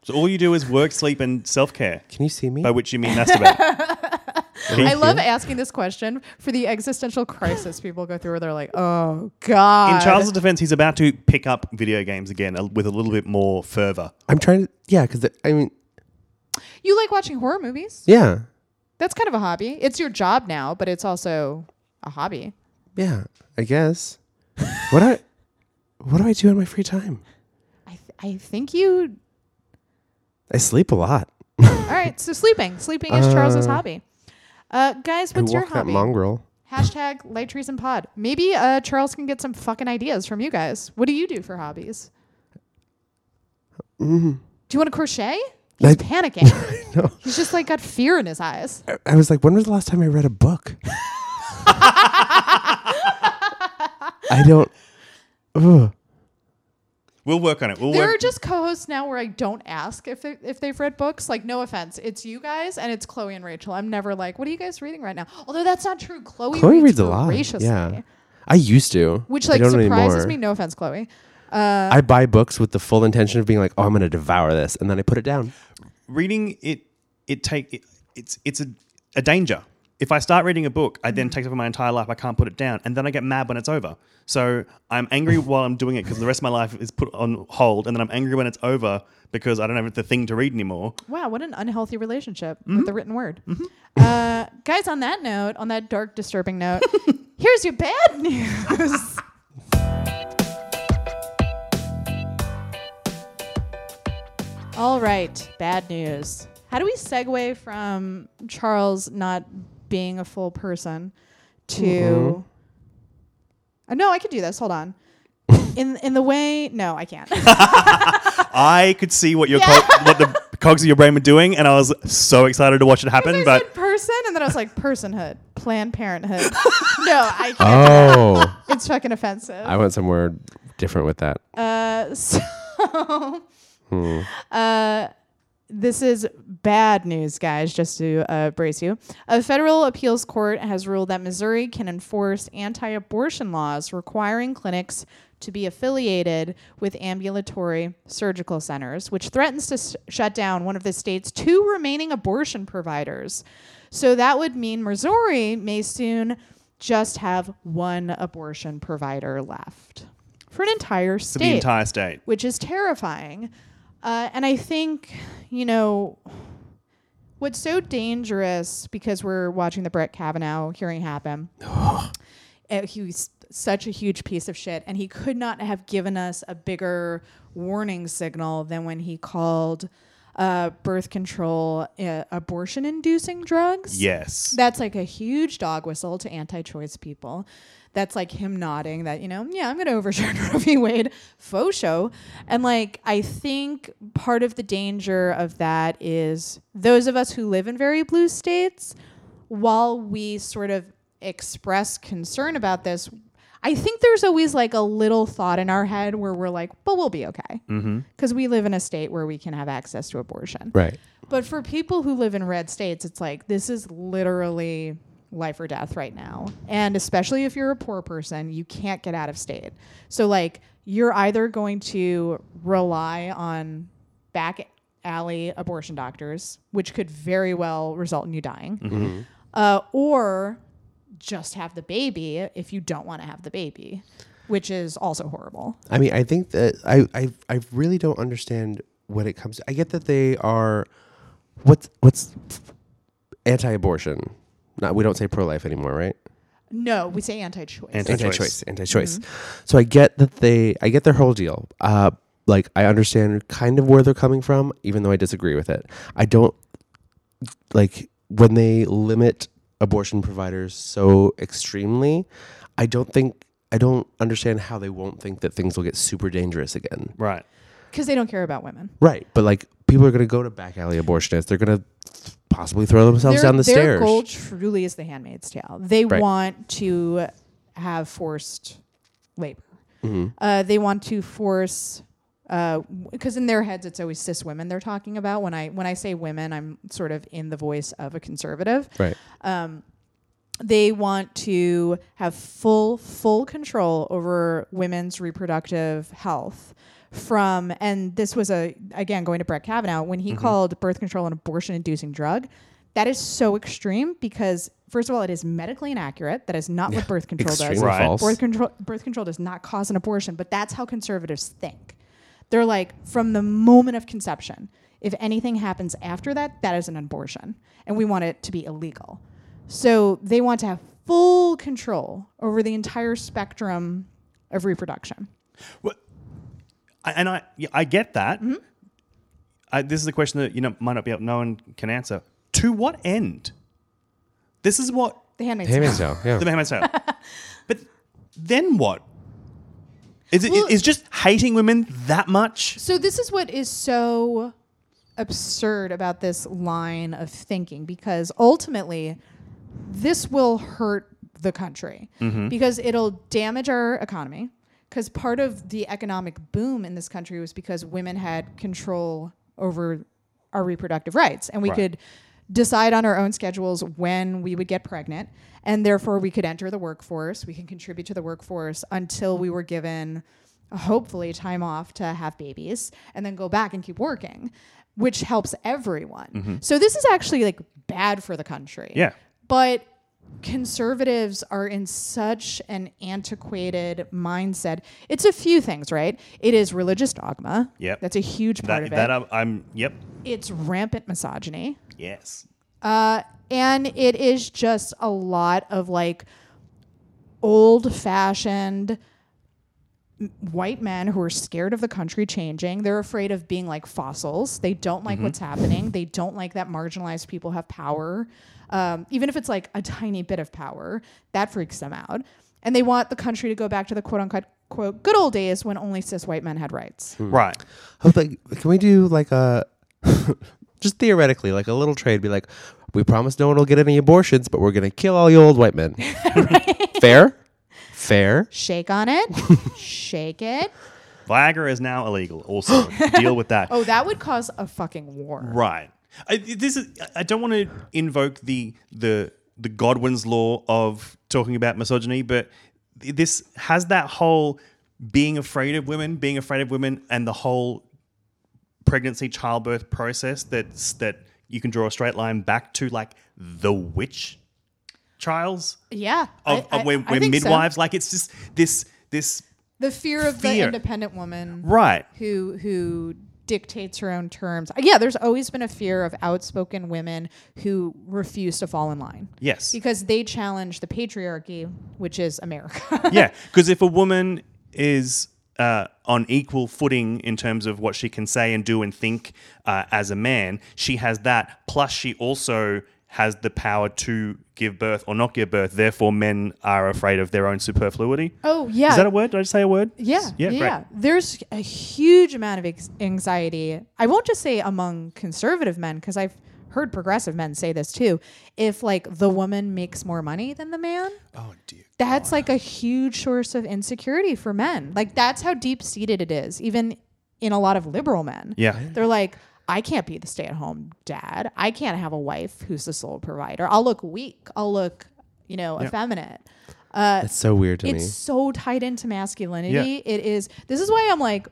Speaker 2: So all you do is work, sleep, and self care,
Speaker 3: Can you see me?
Speaker 2: by which you mean masturbate.
Speaker 3: Thank
Speaker 1: I love
Speaker 3: you.
Speaker 1: asking this question for the existential crisis people go through where they're like, oh, God. *laughs*
Speaker 2: In Charles' defense, he's about to pick up video games again uh, with a little bit more fervor.
Speaker 3: I'm trying to. Yeah, because I mean,
Speaker 1: you like watching horror movies?
Speaker 3: yeah,
Speaker 1: That's kind of a hobby. It's your job now, but it's also a hobby.
Speaker 3: yeah. I
Speaker 1: *laughs*
Speaker 3: guess. what I, what do I do in my free time?
Speaker 1: I, th- I think you.
Speaker 3: I sleep a lot.
Speaker 1: All right, so sleeping. Sleeping is Charles's hobby. Uh, guys, what's
Speaker 3: I
Speaker 1: your
Speaker 3: walk that
Speaker 1: hobby?
Speaker 3: mongrel.
Speaker 1: Hashtag light trees and pod. Maybe uh, Charles can get some fucking ideas from you guys. What do you do for hobbies? Do you want to crochet? He's
Speaker 3: Mm-hmm. *laughs* I-
Speaker 1: panicking.
Speaker 3: know.
Speaker 1: He's just like got fear in his eyes.
Speaker 3: I, I was like, when was the last time I read
Speaker 1: *laughs*
Speaker 3: a book? I don't. Ugh.
Speaker 2: We'll work on it. We'll
Speaker 1: There are
Speaker 2: work.
Speaker 1: just co-hosts now where I don't ask if they, if they've read books. Like, no offense, it's you guys and it's Chloe and Rachel. I'm never like, what are you guys reading right now? Although that's not true. Chloe,
Speaker 3: Chloe reads a lot.
Speaker 1: voraciously,
Speaker 3: Yeah, I used to.
Speaker 1: which
Speaker 3: I
Speaker 1: like
Speaker 3: don't
Speaker 1: surprises
Speaker 3: anymore.
Speaker 1: me. No offense, Chloe.
Speaker 3: *laughs* I buy books with the full intention of being like, oh, I'm going to devour this. And then I put it down.
Speaker 2: reading it it take it, it's it's a, a danger if i start reading a book i then take it for my entire life i can't put it down and then i get mad when it's over so i'm angry while i'm doing it because the rest of my life is put on hold and then i'm angry when it's over because i don't have the thing to read anymore
Speaker 1: Wow, what an unhealthy relationship with the written word. Uh, guys, on that note, on that dark, disturbing note, here's your bad news. All right, bad news. How do we segue from Charles not being a full person to. Oh, no, I could do this. Hold on. In, in the way, no, I can't.
Speaker 2: i could see what your co- what the cogs of your brain were doing and i was so excited to watch it happen
Speaker 1: I
Speaker 2: but
Speaker 1: said person, and then I was like, personhood, Planned Parenthood. no, I can't.
Speaker 3: Oh,
Speaker 1: It's fucking offensive.
Speaker 3: *laughs* I
Speaker 1: *laughs*
Speaker 3: went somewhere different with that.
Speaker 1: Uh, so, uh, this is bad news, guys, just to uh, brace you. A federal appeals court has ruled that Missouri can enforce anti abortion laws requiring clinics to be affiliated with ambulatory surgical centers, which threatens to s- shut down one of the state's two remaining abortion providers. So that would mean Missouri may soon just have one abortion provider left for an entire
Speaker 2: for
Speaker 1: state
Speaker 2: the entire state.
Speaker 1: which is terrifying. Uh, and I think, you know, what's so dangerous because we're watching the Brett Kavanaugh hearing happen. *sighs* uh, he was such a huge piece of shit, and he could not have given us a bigger warning signal than when he called uh, birth control uh, abortion-inducing drugs.
Speaker 2: Yes.
Speaker 1: That's like a huge dog whistle to anti-choice people. That's like him nodding that you know, yeah, I'm going to overturn *laughs* Roe v. Wade, faux show. And like I think part of the danger of that is those of us who live in very blue states, while we sort of express concern about this, I think there's always like a little thought in our head where we're like, but we'll be okay because we live in a state where we can have access to abortion.
Speaker 3: Right.
Speaker 1: But for people who live in red states, it's like this is literally life or death right now. And especially if you're a poor person, you can't get out of state. So like you're either going to rely on back alley abortion doctors, which could very well result in you dying, uh, or just have the baby if you don't want to have the baby, which is also horrible.
Speaker 3: I mean, I think that I, I I really don't understand when it comes. I get that they are what's what's anti-abortion. Not we don't say pro-life anymore, right?
Speaker 1: No, we say anti-choice.
Speaker 2: Anti-
Speaker 3: Anti-choice, Mm-hmm. anti-choice. So I get that they I get their whole deal. Uh, like I understand kind of where they're coming from, even though I disagree with it. I don't like when they limit abortion providers so extremely. I don't think. I don't understand how they won't think that things will get super dangerous again.
Speaker 2: Right.
Speaker 1: Because they don't care about women.
Speaker 3: Right, but like people are going to go to back alley abortionists. They're going to possibly throw themselves down the
Speaker 1: their
Speaker 3: stairs.
Speaker 1: goal truly is the Handmaid's Tale. They
Speaker 3: Right.
Speaker 1: want to have forced labor.
Speaker 3: Mm-hmm.
Speaker 1: Uh, they want to force because in their heads it's always cis women they're talking about. When I when I say women, I'm sort of in the voice of a conservative.
Speaker 3: Right.
Speaker 1: They want to have full full control over women's reproductive health. From and this was a again going to Brett Kavanaugh when
Speaker 3: Mm-hmm.
Speaker 1: he called birth control an abortion inducing drug. That is so extreme because first of all, it is medically inaccurate. That is not what birth control does.
Speaker 3: Extremely
Speaker 2: Right.
Speaker 3: false.
Speaker 1: Birth control birth control does not cause an abortion, but that's how conservatives think. They're like from the moment of conception, if anything happens after that, that is an abortion and we want it to be illegal. So they want to have full control over the entire spectrum of reproduction.
Speaker 2: Well, I- and I yeah, I get that.
Speaker 1: Mm-hmm.
Speaker 2: I, this is a question that you know might not be able, no one can answer. To what end? This is what
Speaker 1: The handmaid's
Speaker 3: Hey,
Speaker 1: Tale.
Speaker 3: Manziel, yeah.
Speaker 2: the Mohammed Salah.
Speaker 1: *laughs*
Speaker 2: but then what? Is it
Speaker 1: Well-
Speaker 2: is just hating women that much?
Speaker 1: So this is what is so absurd about this line of thinking because ultimately this will hurt the country
Speaker 2: Mm-hmm.
Speaker 1: because it'll damage our economy because part of the economic boom in this country was because women had control over our reproductive rights and we
Speaker 2: Right.
Speaker 1: could decide on our own schedules when we would get pregnant and therefore we could enter the workforce we can contribute to the workforce until we were given hopefully time off to have babies and then go back and keep working which helps everyone so this is actually like bad for the country
Speaker 2: Mm-hmm. Yeah.
Speaker 1: but conservatives are in such an antiquated mindset it's a few things right it is religious dogma
Speaker 2: Yep.
Speaker 1: that's a huge part
Speaker 2: That
Speaker 1: of
Speaker 2: that
Speaker 1: it
Speaker 2: I'm, I'm yep.
Speaker 1: it's rampant misogyny
Speaker 2: Yes.
Speaker 1: uh, and it is just a lot of like old fashioned white men who are scared of the country changing. They're afraid of being like fossils. They don't
Speaker 2: Mm-hmm.
Speaker 1: like what's happening. They don't like that marginalized people have power, um, even if it's like a tiny bit of power. That freaks them out. And they want the country to go back to the quote unquote quote good old days when only cis white men had rights.
Speaker 2: Right.
Speaker 3: I was like, can we do like a *laughs* just theoretically, like a little trade? Be like, we promise no one will get any abortions, but we're going to kill all you old
Speaker 1: *laughs*
Speaker 3: white men. *laughs* Fair, fair.
Speaker 2: *laughs*
Speaker 1: Shake on it, shake it.
Speaker 2: Viagra is now illegal.
Speaker 1: *laughs*
Speaker 2: Also, deal with that.
Speaker 1: Oh, that would cause a fucking war.
Speaker 2: Right. I, this is. I don't want to invoke the the the Godwin's law of talking about misogyny, but this has that whole being afraid of women, being afraid of women, and the whole pregnancy childbirth process that's that you can draw a straight line back to like the witch trials
Speaker 1: Yeah.
Speaker 2: of,
Speaker 1: I-
Speaker 2: of where,
Speaker 1: I- I
Speaker 2: where
Speaker 1: think so.
Speaker 2: midwives like it's just this this
Speaker 1: The fear of the
Speaker 2: Fear.
Speaker 1: independent woman
Speaker 2: right
Speaker 1: who who dictates her own terms. Uh, Yeah, there's always been a fear of outspoken women who refuse to fall in line.
Speaker 2: yes
Speaker 1: Because they challenge the patriarchy, which is America.
Speaker 2: *laughs* yeah, because if a woman is uh, on equal footing in terms of what she can say and do and think uh, as a man, she has that. Plus, she also has the power to give birth or not give birth. Therefore, men are afraid of their own superfluity.
Speaker 1: *laughs* oh yeah.
Speaker 2: Is that a word? Did I just say a word?
Speaker 1: Yeah,
Speaker 2: Yeah.
Speaker 1: yeah.
Speaker 2: great.
Speaker 1: There's a huge amount of ex- anxiety. I won't just say among conservative men because I've heard progressive men say this too. If like the woman makes more money than the man,
Speaker 2: Oh dear.
Speaker 1: that's like a huge source of insecurity for men. Like that's how deep seated it is, even in a lot of liberal men.
Speaker 2: Yeah.
Speaker 1: They're like, I can't be the stay at home dad. I can't have a wife who's the sole provider. I'll look weak. I'll look, you know, effeminate
Speaker 3: That's so weird to
Speaker 1: Uh, it's
Speaker 3: me.
Speaker 1: so tied into masculinity. It is. This is why I'm like,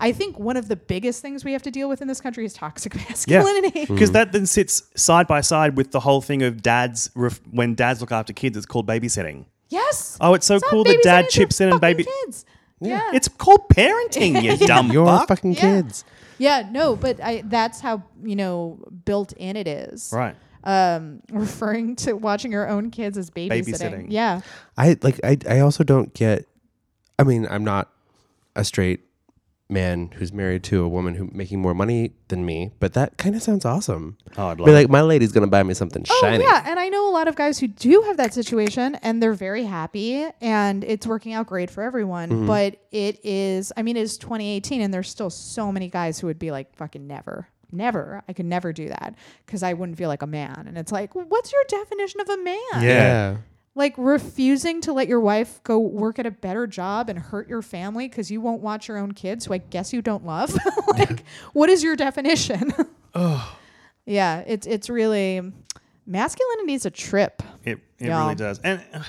Speaker 1: I think one of the biggest things we have to deal with in this country is toxic *laughs* masculinity.
Speaker 2: *laughs* Because that then sits side by side with the whole thing of dads, ref- when dads look after kids, it's called babysitting.
Speaker 1: Yes.
Speaker 2: Oh, it's so
Speaker 1: not
Speaker 2: cool that
Speaker 1: babysitting,
Speaker 2: dad
Speaker 1: it's
Speaker 2: chips in and
Speaker 1: fucking
Speaker 2: baby-
Speaker 1: kids. Yeah.
Speaker 2: It's called
Speaker 1: *laughs*
Speaker 2: parenting, you dumb
Speaker 3: Your
Speaker 2: fuck.
Speaker 3: fucking
Speaker 1: Yeah.
Speaker 3: kids.
Speaker 1: yeah. No, but I, that's how you know built in it is.
Speaker 2: right.
Speaker 1: Um, *laughs* referring to watching your own kids as babysitting.
Speaker 2: Babysitting.
Speaker 1: Yeah.
Speaker 3: I like I I also don't get I mean, I'm not a straight man who's married to a woman who making more money than me, but that kind of sounds awesome.
Speaker 2: Oh, I'd
Speaker 3: Be
Speaker 2: love
Speaker 3: like my lady's going to buy me something shiny.
Speaker 1: Oh yeah, and I know a lot of guys who do have that situation and they're very happy and it's working out great for everyone,
Speaker 2: Mm-hmm.
Speaker 1: but it is I mean it's 2018 and there's still so many guys who would be like fucking never. Never. I could never do that cuz I wouldn't feel like a man. And it's like, well, what's your definition of a man?
Speaker 2: Yeah.
Speaker 1: Like refusing to let your wife go work at a better job and hurt your family cuz you won't watch your own kids, who I guess you don't love. *laughs* like what is your definition? *laughs* Yeah, it's it's really masculinity is a trip.
Speaker 2: It, it
Speaker 1: Yeah.
Speaker 2: really does. And uh,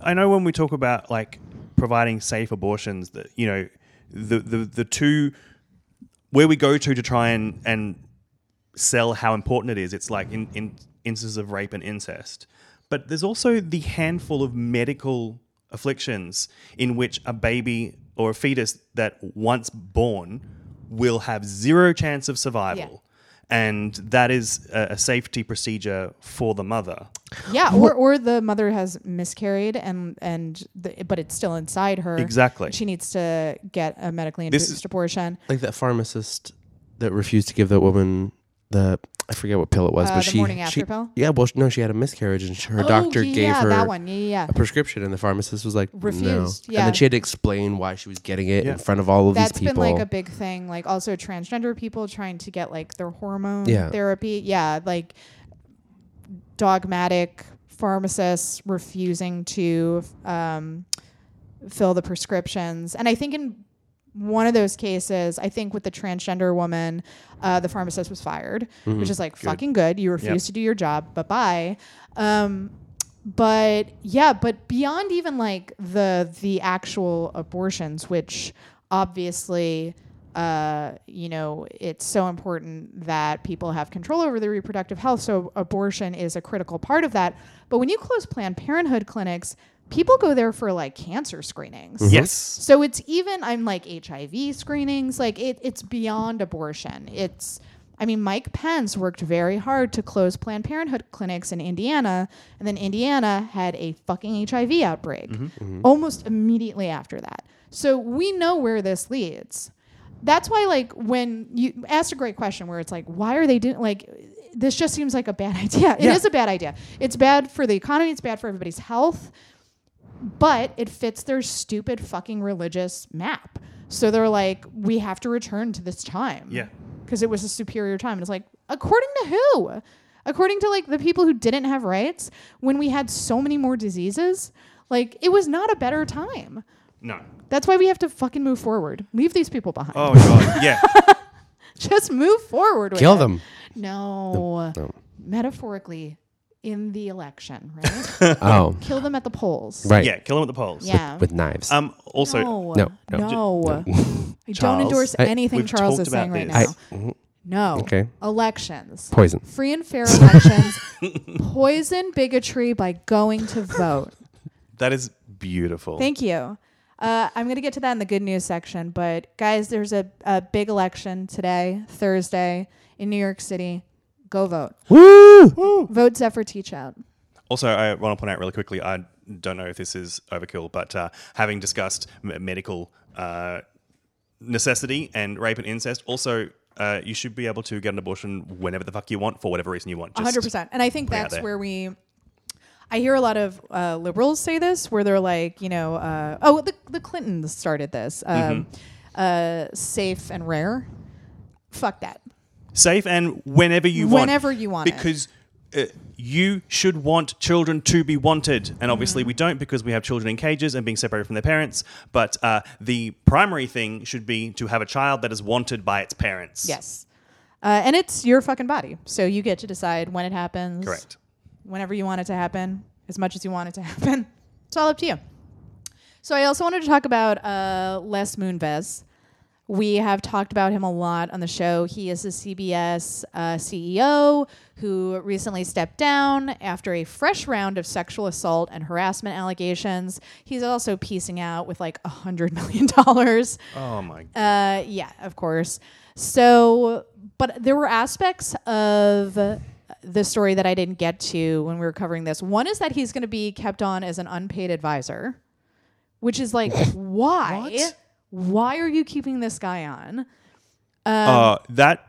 Speaker 2: I know when we talk about like providing safe abortions, that you know, the the the two where we go to to try and and sell how important it is. It's like in in instances of rape and incest, but there's also the handful of medical afflictions in which a baby or a fetus that once born will have zero chance of survival. And that is a, a safety procedure for the mother.
Speaker 1: Yeah, or, or the mother has miscarried and and the, but it's still inside her.
Speaker 2: Exactly.
Speaker 1: She needs to get a medically
Speaker 2: This
Speaker 1: induced
Speaker 2: is-
Speaker 1: abortion.
Speaker 3: Like that pharmacist that refused to give that woman the I forget what pill it was,
Speaker 1: Uh,
Speaker 3: but
Speaker 1: the
Speaker 3: she
Speaker 1: morning after
Speaker 3: she-
Speaker 1: pill?
Speaker 3: Yeah, well, no, she had a miscarriage, and her
Speaker 1: Oh,
Speaker 3: doctor
Speaker 1: yeah,
Speaker 3: gave her
Speaker 1: that one. Yeah, yeah. yeah.
Speaker 3: a prescription, and the pharmacist was like,
Speaker 1: Refused,
Speaker 3: No.
Speaker 1: yeah.
Speaker 3: And then she had to explain why she was getting it
Speaker 2: Yeah.
Speaker 3: in front of all of
Speaker 1: That's
Speaker 3: these
Speaker 1: been
Speaker 3: people.
Speaker 1: like a big thing. Like also transgender people trying to get like their hormone
Speaker 3: Yeah.
Speaker 1: therapy. Yeah, like dogmatic pharmacists refusing to um, fill the prescriptions. And I think in one of those cases, I think with the transgender woman, uh, the pharmacist was fired, which is like fucking good. You refuse to do your job, bye bye. Um, but yeah, but beyond even like the the actual abortions, which obviously uh, you know, it's so important that people have control over their reproductive health. So abortion is a critical part of that. But when you close Planned Parenthood clinics, people go there for like cancer screenings.
Speaker 2: Yes.
Speaker 1: So it's even I'm like HIV screenings, like it it's beyond abortion. It's I mean Mike Pence worked very hard to close Planned Parenthood clinics in Indiana, and then Indiana had a fucking HIV outbreak
Speaker 2: Mm-hmm.
Speaker 1: almost immediately after that. So we know where this leads. That's why like when you asked a great question where it's like why are they doing like this just seems like a bad *laughs* idea. It is
Speaker 2: Yeah.
Speaker 1: a bad idea. It's bad for the economy, it's bad for everybody's health but it fits their stupid fucking religious map. So they're like, we have to return to this time.
Speaker 2: Yeah.
Speaker 1: Because it was a superior time. And it's like, according to who? According to like the people who didn't have rights when we had so many more diseases, like it was not a better time.
Speaker 2: No.
Speaker 1: That's why we have to fucking move forward. Leave these people behind.
Speaker 2: Oh god. Yeah.
Speaker 1: *laughs* Just move forward. With
Speaker 3: *laughs* Kill
Speaker 1: it. *laughs*
Speaker 3: them.
Speaker 1: No.
Speaker 3: No.
Speaker 1: Metaphorically, in the election,
Speaker 3: *laughs*
Speaker 1: right?
Speaker 3: Oh,
Speaker 1: Kill them at the polls.
Speaker 3: right.
Speaker 2: yeah. Kill them at the polls.
Speaker 1: Yeah.
Speaker 3: With knives.
Speaker 2: Um. Also.
Speaker 1: no.
Speaker 3: No,
Speaker 1: No.
Speaker 3: no,
Speaker 1: I don't
Speaker 2: Charles,
Speaker 1: endorse
Speaker 3: I-
Speaker 1: anything
Speaker 2: we've
Speaker 1: Charles
Speaker 2: talked
Speaker 1: is saying
Speaker 2: about
Speaker 1: right
Speaker 2: this.
Speaker 1: now. no.
Speaker 3: mm-hmm. Okay.
Speaker 1: Elections.
Speaker 3: Poison.
Speaker 1: Free and fair
Speaker 2: *laughs*
Speaker 1: elections. Poison bigotry by going to vote.
Speaker 2: That is beautiful.
Speaker 1: Thank you. Uh, I'm going to get to that in the good news section, but guys, there's a, a big election today, Thursday, in New York City. Go vote.
Speaker 3: Woo!
Speaker 1: Vote Zephyr Teach Out.
Speaker 2: Also, I want to point out really quickly. I don't know if this is overkill, but uh, having discussed m- medical uh, necessity and rape and incest, also uh, you should be able to get an abortion whenever the fuck you want for whatever reason you want. Just-
Speaker 1: 100%. And I think
Speaker 2: it out
Speaker 1: that's
Speaker 2: there.
Speaker 1: where we. I hear a lot of uh, liberals say this, where they're like, you know, uh, oh, the, the Clintons started this. Um,
Speaker 2: Mm-hmm.
Speaker 1: uh, safe and rare. Fuck that.
Speaker 2: safe and whenever you want.
Speaker 1: Whenever you want it.
Speaker 2: Because uh, you should want children to be wanted. And obviously we don't because we have children in cages and being separated from their parents. But uh, the primary thing should be to have a child that is wanted by its parents.
Speaker 1: Yes. Uh, and it's your fucking body. So you get to decide when it happens.
Speaker 2: Correct.
Speaker 1: whenever you want it to happen, as much as you want it to *laughs* happen. It's all up to you. So I also wanted to talk about uh, Les Moonves. We have talked about him a lot on the show. He is the CBS uh, CEO who recently stepped down after a fresh round of sexual assault and harassment allegations. He's also piecing out with like a $100 *laughs* million.
Speaker 2: Oh my.
Speaker 1: Uh, yeah, of course. So, but there were aspects of the story that I didn't get to when we were covering this. One is that he's going to be kept on as an unpaid advisor, which is like, why?
Speaker 2: What?
Speaker 1: Why are you keeping this guy on?
Speaker 2: Uh, that.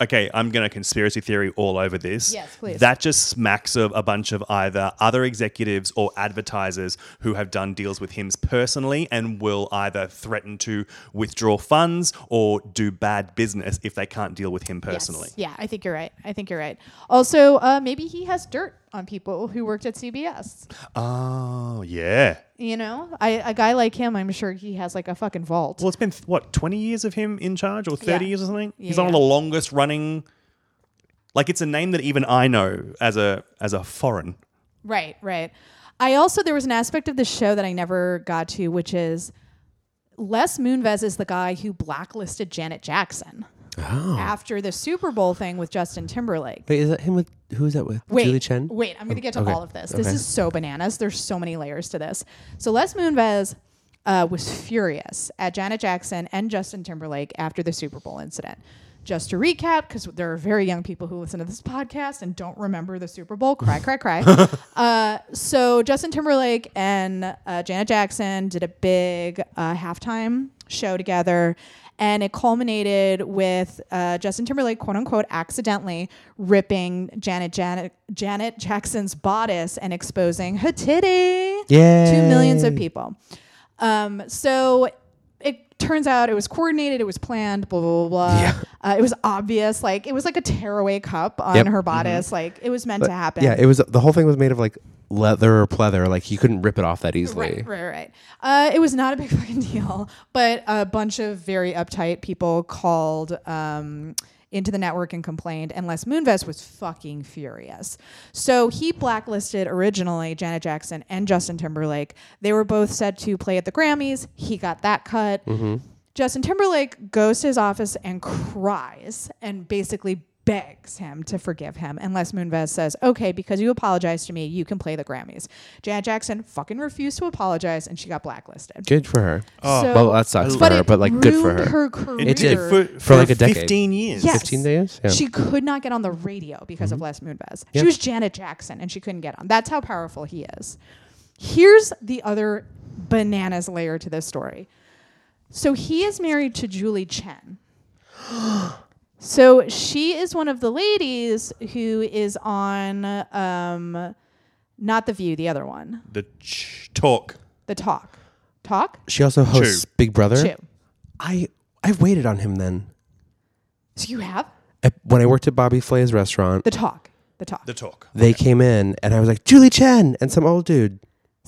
Speaker 2: Okay, I'm going to conspiracy theory all over this.
Speaker 1: Yes, please.
Speaker 2: That just smacks of a bunch of either other executives or advertisers who have done deals with him personally and will either threaten to withdraw funds or do bad business if they can't deal with him personally.
Speaker 1: Yes. Yeah, I think you're right. I think you're right. Also, uh, maybe he has dirt on people who worked at CBS.
Speaker 2: Oh, yeah.
Speaker 1: You know, I, a guy like him, I'm sure he has like a fucking vault.
Speaker 2: Well, it's been, th- what, 20 years of him in charge or 30
Speaker 1: Yeah.
Speaker 2: years or something? He's
Speaker 1: Yeah.
Speaker 2: on the longest running. Like, it's a name that even I know as a as a foreign.
Speaker 1: Right, right. I also there was an aspect of the show that I never got to, which is Les Moonves is the guy who blacklisted Janet Jackson after the Super Bowl thing with Justin Timberlake.
Speaker 3: Wait, is that him with who is that with?
Speaker 1: Wait,
Speaker 3: Julie Chen.
Speaker 1: wait, I'm going to get to
Speaker 3: okay,
Speaker 1: all of this. This
Speaker 3: okay.
Speaker 1: is so bananas. There's so many layers to this. So Les Moonves uh, was furious at Janet Jackson and Justin Timberlake after the Super Bowl incident. Just to recap, because there are very young people who listen to this podcast and don't remember the Super Bowl. Cry, cry,
Speaker 3: *laughs*
Speaker 1: cry. Uh, so Justin Timberlake and uh, Janet Jackson did a big uh, halftime show together, and it culminated with uh, Justin Timberlake, quote unquote, accidentally ripping Janet Janet Janet Jackson's bodice and exposing her titty to
Speaker 3: Yay.
Speaker 1: millions of people. Um, so it turns out it was coordinated, it was planned, blah blah blah. blah.
Speaker 3: Yeah.
Speaker 1: Uh, it was obvious, like it was like a tearaway cup on
Speaker 3: Yep. Mm-hmm.
Speaker 1: her bodice, like it was meant to happen.
Speaker 3: Yeah, it was the whole thing was made of like leather or pleather. Like you couldn't rip it off that easily.
Speaker 1: Right, right, right. Uh, it was not a big *laughs* fucking deal, but a bunch of very uptight people called um, into the network and complained, and Les Moonves was fucking furious. So he blacklisted originally Janet Jackson and Justin Timberlake. They were both said to play at the Grammys. He got that cut. Justin Timberlake goes to his office and cries and basically begs him to forgive him. And Les Moonves says, okay, because you apologized to me, you can play the Grammys. Janet Jackson fucking refused to apologize and she got blacklisted.
Speaker 3: Good for her.
Speaker 1: Oh. So-
Speaker 3: well, that sucks for
Speaker 1: But
Speaker 3: her,
Speaker 1: it
Speaker 3: but like good for
Speaker 1: ruined
Speaker 3: her.
Speaker 1: career.
Speaker 2: It did
Speaker 3: did.
Speaker 2: for,
Speaker 3: For like a decade.
Speaker 2: 15 years.
Speaker 1: Yes.
Speaker 3: 15 days? Yeah. Mm-hmm.
Speaker 1: She could not get on the radio because of Les Moonves. She
Speaker 3: Yep.
Speaker 1: was Janet Jackson and she couldn't get on. That's how powerful he is. Here's the other bananas layer to this story. So he is married to Julie
Speaker 3: *gasps*
Speaker 1: Chen. so she is one of the ladies who is on um, not The View, the other one,
Speaker 2: The ch- talk.
Speaker 1: The Talk. Talk?
Speaker 3: She also hosts
Speaker 2: Two.
Speaker 3: Big Brother.
Speaker 1: Two.
Speaker 3: I I've waited on him then.
Speaker 1: So you have
Speaker 3: I, when I worked at Bobby Flay's restaurant,
Speaker 1: The Talk. The Talk.
Speaker 2: The talk.
Speaker 3: they came in and I was like, Julie Chen and some old dude.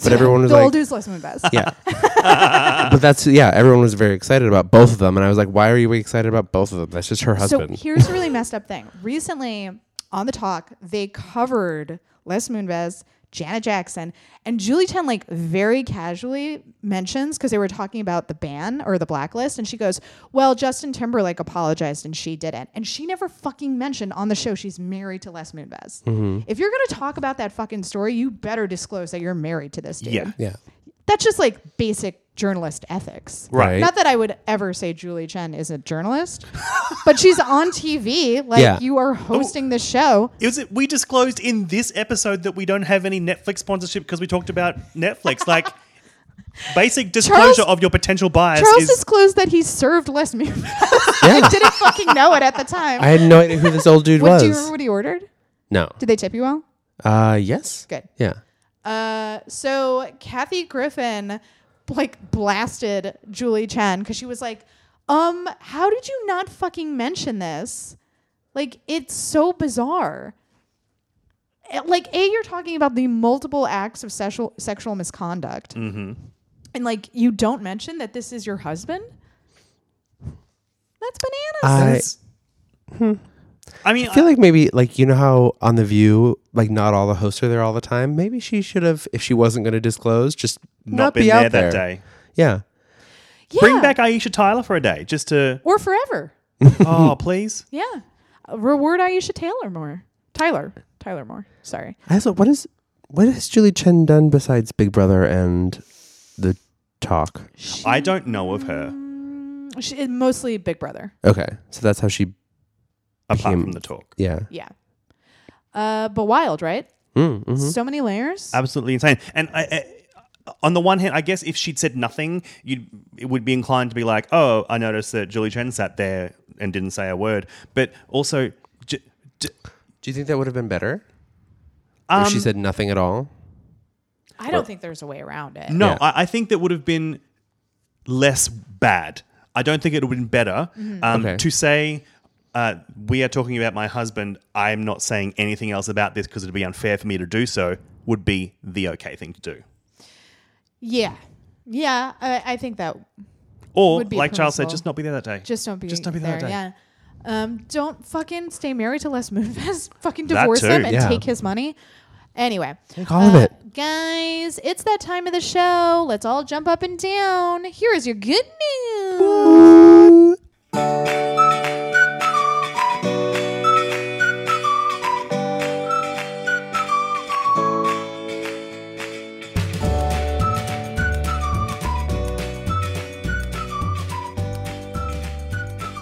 Speaker 3: But everyone was
Speaker 1: the
Speaker 3: like,
Speaker 1: old dude's less than best.
Speaker 3: yeah.
Speaker 1: *laughs*
Speaker 3: but that's yeah. Everyone was very excited about both of them, and I was like, why are you excited about both of them? That's just her husband.
Speaker 1: So here's a really messed up thing. Recently on the talk, they covered Les Moonves, Janet Jackson, and Julie Chen like very casually mentions because they were talking about the ban or the blacklist, and she goes, "Well, Justin Timberlake apologized and she didn't," and she never fucking mentioned on the show she's married to Les Moonves.
Speaker 3: Mm-hmm.
Speaker 1: If you're gonna talk about that fucking story, you better disclose that you're married to this dude.
Speaker 2: Yeah.
Speaker 3: yeah.
Speaker 1: that's just like basic journalist ethics.
Speaker 3: Right.
Speaker 1: Not that I would ever say Julie Chen is a journalist, *laughs* but she's on TV. Like
Speaker 3: Yeah.
Speaker 1: you are hosting this show.
Speaker 2: Is it we disclosed in this episode that we don't have any Netflix sponsorship because we talked about
Speaker 1: *laughs*
Speaker 2: Netflix? Like basic disclosure of your potential bias
Speaker 1: Charles
Speaker 2: is
Speaker 1: disclosed that he served Les *laughs* Moonves.
Speaker 3: Yeah.
Speaker 1: I didn't fucking know it at the time.
Speaker 3: I had no idea who this old
Speaker 1: *laughs*
Speaker 3: dude
Speaker 1: what,
Speaker 3: was.
Speaker 1: do you remember what he ordered?
Speaker 3: no.
Speaker 1: Did they tip you well?
Speaker 3: Uh, yes.
Speaker 1: Good.
Speaker 3: Yeah.
Speaker 1: Uh, so Kathy Griffin like blasted Julie Chen because she was like, um, how did you not fucking mention this? Like, it's so bizarre. Eh, Like, A, you're talking about the multiple acts of sexual sexual misconduct.
Speaker 2: Mm-hmm.
Speaker 1: And like you don't mention that this is your husband? That's bananas.
Speaker 3: I
Speaker 2: I mean,
Speaker 1: uh,
Speaker 3: I feel like maybe like you know how on the View, like not all the hosts are there all the time. Maybe she should have, if she wasn't going to disclose, just
Speaker 2: not,
Speaker 3: not,
Speaker 2: been
Speaker 3: be
Speaker 2: there
Speaker 3: out
Speaker 2: that day.
Speaker 3: Yeah.
Speaker 1: yeah.
Speaker 2: Bring back Aisha Tyler for a day, just to
Speaker 1: or forever.
Speaker 2: oh please.
Speaker 1: Yeah. Uh, Reward Aisha Taylor more. Tyler. Tyler Moore. Sorry.
Speaker 3: I also, what is what has Julie Chen done besides Big Brother and the talk?
Speaker 2: I don't know of her
Speaker 1: Mm, She, mostly Big Brother.
Speaker 3: Okay, so that's how she.
Speaker 2: apart
Speaker 3: Became-
Speaker 2: from the talk.
Speaker 3: Yeah.
Speaker 1: Yeah. Uh, but wild, right?
Speaker 3: Mm, mhm.
Speaker 1: So many layers.
Speaker 2: absolutely insane. And I, I, on the one hand, I guess if she'd said nothing, you it would be inclined to be like, "Oh, I noticed that Julie Chen sat there and didn't say a word." But also, j- j-
Speaker 3: Do you think that would have been better
Speaker 2: um,
Speaker 3: if she said nothing at all?
Speaker 1: I don't think there's a way around it.
Speaker 2: no,
Speaker 3: Yeah.
Speaker 2: I, I think that would have been less bad. I don't think it would have been better um,
Speaker 3: Mm-hmm. Okay.
Speaker 2: to say. Uh, we are talking about my husband. I'm not saying anything else about this because it'd be unfair for me to do so. Would be the okay thing to do.
Speaker 1: Yeah. Yeah. I, I think that
Speaker 2: Or,
Speaker 1: Would be
Speaker 2: like Charles said,
Speaker 1: permissible.
Speaker 2: just not be there that day.
Speaker 1: just don't be,
Speaker 2: Just don't be
Speaker 1: there.
Speaker 2: that day.
Speaker 1: Yeah. Um, don't fucking stay married to Les Moonves. *laughs* fucking
Speaker 2: That
Speaker 1: divorce
Speaker 2: too,
Speaker 1: him and
Speaker 3: yeah.
Speaker 1: take his money. Anyway. Uh,
Speaker 3: Take all of it.
Speaker 1: Guys, it's that time of the show. Let's all jump up and down. Here is your good news.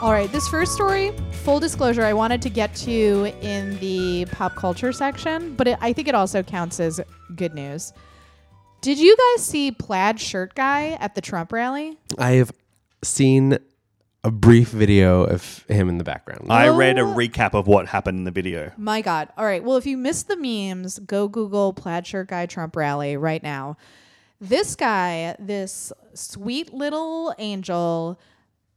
Speaker 1: All right, this first story, full disclosure, I wanted to get to in the pop culture section, but it, I think it also counts as good news. Did you guys see plaid shirt guy at the Trump rally?
Speaker 3: I have seen a brief video of him in the background.
Speaker 2: I read a
Speaker 1: Oh.
Speaker 2: recap of what happened in the video.
Speaker 1: My God. All right. Well, if you missed the memes, go Google plaid shirt guy Trump rally right now. This guy, this sweet little angel,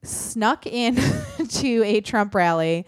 Speaker 1: snuck in *laughs* to a Trump rally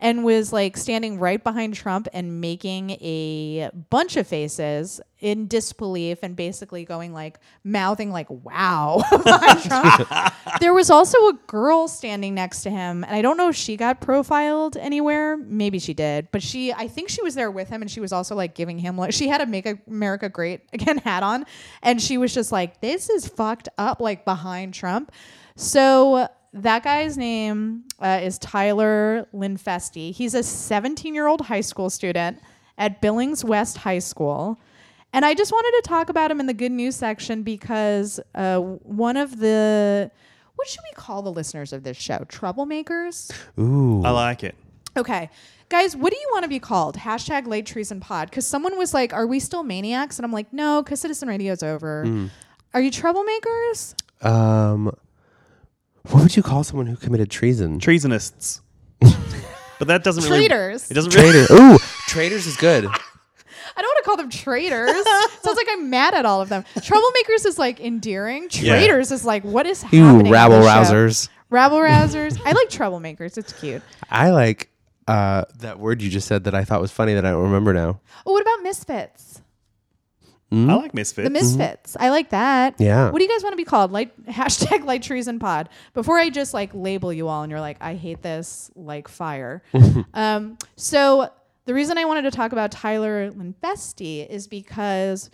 Speaker 1: and was like standing right behind Trump and making a bunch of faces in disbelief and basically going like mouthing like wow *laughs* behind Trump. there was also a girl standing next to him and I don't know if she got profiled anywhere, maybe she did, but she I think she was there with him and she was also like giving him like she had a make America great *laughs* again hat on and she was just like this is fucked up like behind Trump. So that guy's name uh, is Tyler Linfesti. He's a 17 year old high school student at Billings West High School. And I just wanted to talk about him in the good news section because uh, one of the, what should we call the listeners of this show? Troublemakers?
Speaker 3: Ooh.
Speaker 2: I like it.
Speaker 1: Okay. Guys, what do you want to be called? Hashtag late treason pod. Because someone was like, are we still maniacs? And I'm like, no, because Citizen Radio's over.
Speaker 3: Mm-hmm.
Speaker 1: Are you troublemakers?
Speaker 3: Um, what would you call someone who committed treason? *laughs*
Speaker 2: treasonists. but that doesn't really
Speaker 1: Traitors.
Speaker 2: It doesn't really.
Speaker 3: Traitor. Ooh, traitors is *laughs* good.
Speaker 1: I don't want to call them traitors. *laughs* Sounds like I'm mad at all of them. Troublemakers is like endearing.
Speaker 2: Yeah.
Speaker 1: Traitors is like what is
Speaker 3: You
Speaker 1: happening? on
Speaker 3: rabble
Speaker 1: this show?
Speaker 3: rousers.
Speaker 1: Rabble rousers. I like troublemakers. It's cute.
Speaker 3: I like uh, that word you just said that I thought was funny that I don't remember now.
Speaker 1: Oh, what about misfits?
Speaker 2: I like Misfits.
Speaker 1: The Misfits. I like that.
Speaker 3: Yeah.
Speaker 1: What do you guys want to be called? Like *laughs* hashtag like trees and pod. Before I just like label you all and you're like, I hate this like fire. um, so the reason I wanted to talk about Tyler Linvesti is because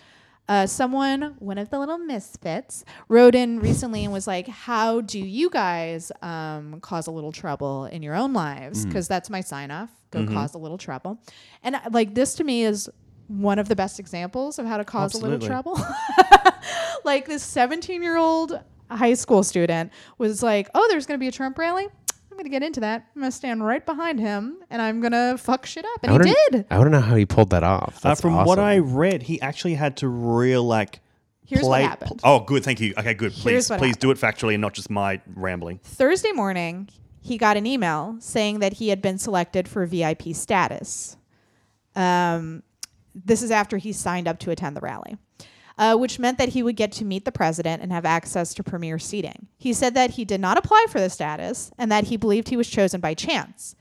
Speaker 1: uh, someone, one of the little misfits, wrote in recently and was like, "How do you guys um, cause a little trouble in your own lives?" Because that's my sign off: go cause a little trouble. And uh, like this to me is one of the best examples of how to cause a
Speaker 2: Absolutely.
Speaker 1: little trouble *laughs* like this 17 year old high school student was like, oh, there's going to be a Trump rally. I'm going to get into that. I'm going to stand right behind him and I'm going to fuck shit up. And
Speaker 3: I
Speaker 1: he
Speaker 3: wanna-
Speaker 1: did.
Speaker 3: I don't know how he pulled that off.
Speaker 2: Uh,
Speaker 3: That's
Speaker 2: from what
Speaker 3: awesome.
Speaker 2: I read, he actually had to real like.
Speaker 1: Here's what
Speaker 2: play-
Speaker 1: happened.
Speaker 2: oh, good. Thank you. Okay, good. Please,
Speaker 1: Here's
Speaker 2: please
Speaker 1: what
Speaker 2: do it factually and not just my
Speaker 1: *laughs*
Speaker 2: rambling.
Speaker 1: Thursday morning, he got an email saying that he had been selected for VIP status. Um, this is after he signed up to attend the rally, uh, which meant that he would get to meet the president and have access to premier seating. He said that he did not apply for the status and that he believed he was chosen by chance.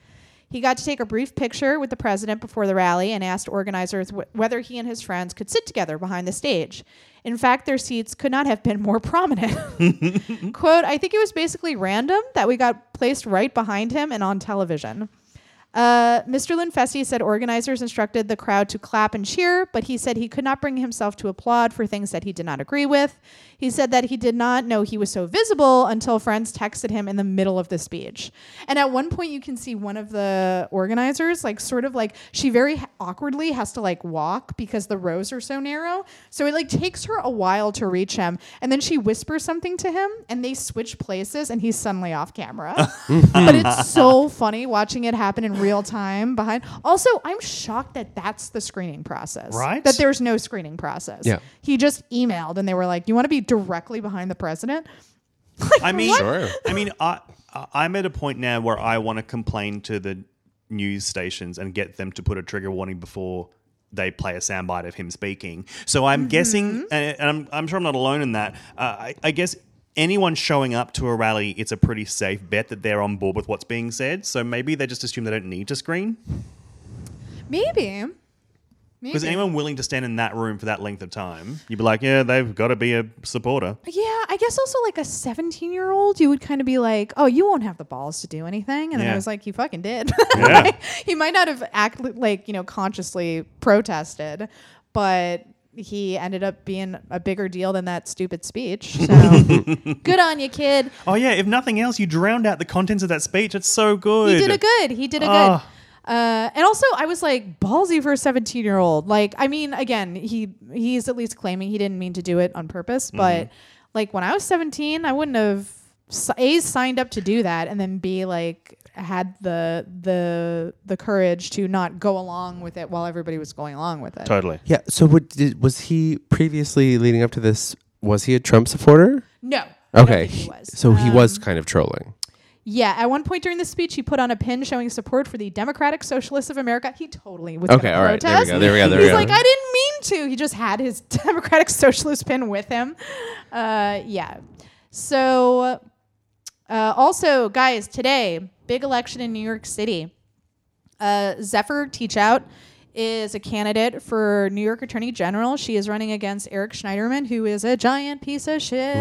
Speaker 1: He got to take a brief picture with the president before the rally and asked organizers wh- whether he and his friends could sit together behind the stage. In fact, their seats could not have been more *laughs* prominent. quote i think it was basically random that we got placed right behind him and on television uh, mr linfesti said organizers instructed the crowd to clap and cheer but he said he could not bring himself to applaud for things that he did not agree with he said that he did not know he was so visible until friends texted him in the middle of the speech and at one point you can see one of the organizers like sort of like she very awkwardly has to like walk because the rows are so narrow so it like takes her a while to reach him and then she whispers something to him and they switch places and he's suddenly off camera but it's so funny watching it happen in real time behind also i'm shocked that that's the screening process
Speaker 2: Right?
Speaker 1: that there's no screening process
Speaker 3: Yeah.
Speaker 1: he just emailed and they were like you want to be directly behind the president
Speaker 2: I mean,
Speaker 3: Sure.
Speaker 2: I mean, I I- I'm at a point now where I want to complain to the news stations and get them to put a trigger warning before they play a soundbite of him speaking. So I'm
Speaker 1: Mm-hmm.
Speaker 2: guessing, and, and I'm, I'm sure I'm not alone in that. Uh, I, I guess anyone showing up to a rally, it's a pretty safe bet that they're on board with what's being said. So maybe they just assume they don't need to screen.
Speaker 1: maybe
Speaker 2: Because
Speaker 1: maybe
Speaker 2: anyone willing to stand in that room for that length of time, you'd be like, yeah, they've got to be a supporter.
Speaker 1: Yeah, I guess also like a 17 year old, you would kind of be like, oh, you won't have the balls to do anything. And then
Speaker 2: Yeah.
Speaker 1: I was like, he fucking did. *laughs*
Speaker 2: Yeah.
Speaker 1: Like, he might not have act like, you know, consciously protested, but he ended up being a bigger deal than that stupid speech. So
Speaker 2: *laughs*
Speaker 1: good on you, kid.
Speaker 2: Oh, yeah, if nothing else, you drowned out the contents of that speech. It's so good.
Speaker 1: He did a good. He did a
Speaker 2: Ah.
Speaker 1: good. Uh, and also, I was like ballsy for a seventeen-year-old. Like, I mean, again, he he's at least claiming he didn't mean to do it on purpose.
Speaker 2: Mm-hmm.
Speaker 1: But like when I was seventeen, I wouldn't have s- a signed up to do that, and then b like had the the the courage to not go along with it while everybody was going along with it.
Speaker 2: Totally.
Speaker 3: Yeah. So what did, was he previously leading up to this? Was he a Trump supporter?
Speaker 1: No. I don't
Speaker 3: Okay.
Speaker 1: think he was. Um,
Speaker 3: So he was kind of trolling.
Speaker 1: Yeah, at one point during the speech, he put on a pin showing support for the Democratic Socialists of America. He totally was
Speaker 3: Okay,
Speaker 1: gonna
Speaker 3: all right, there we
Speaker 1: protest.
Speaker 3: go, there we go, there we
Speaker 1: He's
Speaker 3: go.
Speaker 1: like, I didn't mean to. He just had his *laughs* Democratic Socialist pin with him. Uh, yeah. So, uh, also, guys, today big election in New York City. Uh, Zephyr Teachout is a candidate for New York Attorney General. She is running against Eric Schneiderman, who is a giant piece of shit.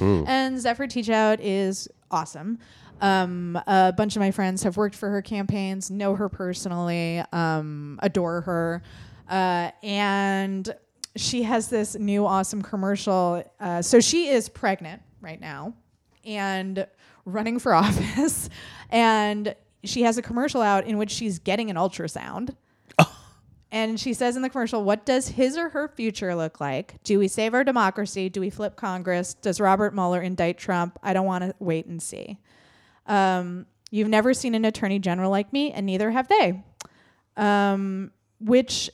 Speaker 1: And Zephyr Teachout is awesome. Um, a bunch of my friends have worked for her campaigns, know her personally, um, adore her. Uh, and she has this new awesome commercial. Uh, so she is pregnant right now and running for *laughs* office and she has a commercial out in which she's getting an ultrasound and she says in the commercial what does his or her future look like do we save our democracy do we flip congress does robert mueller indict trump i don't want to wait and see um, you've never seen an attorney general like me and neither have they um, which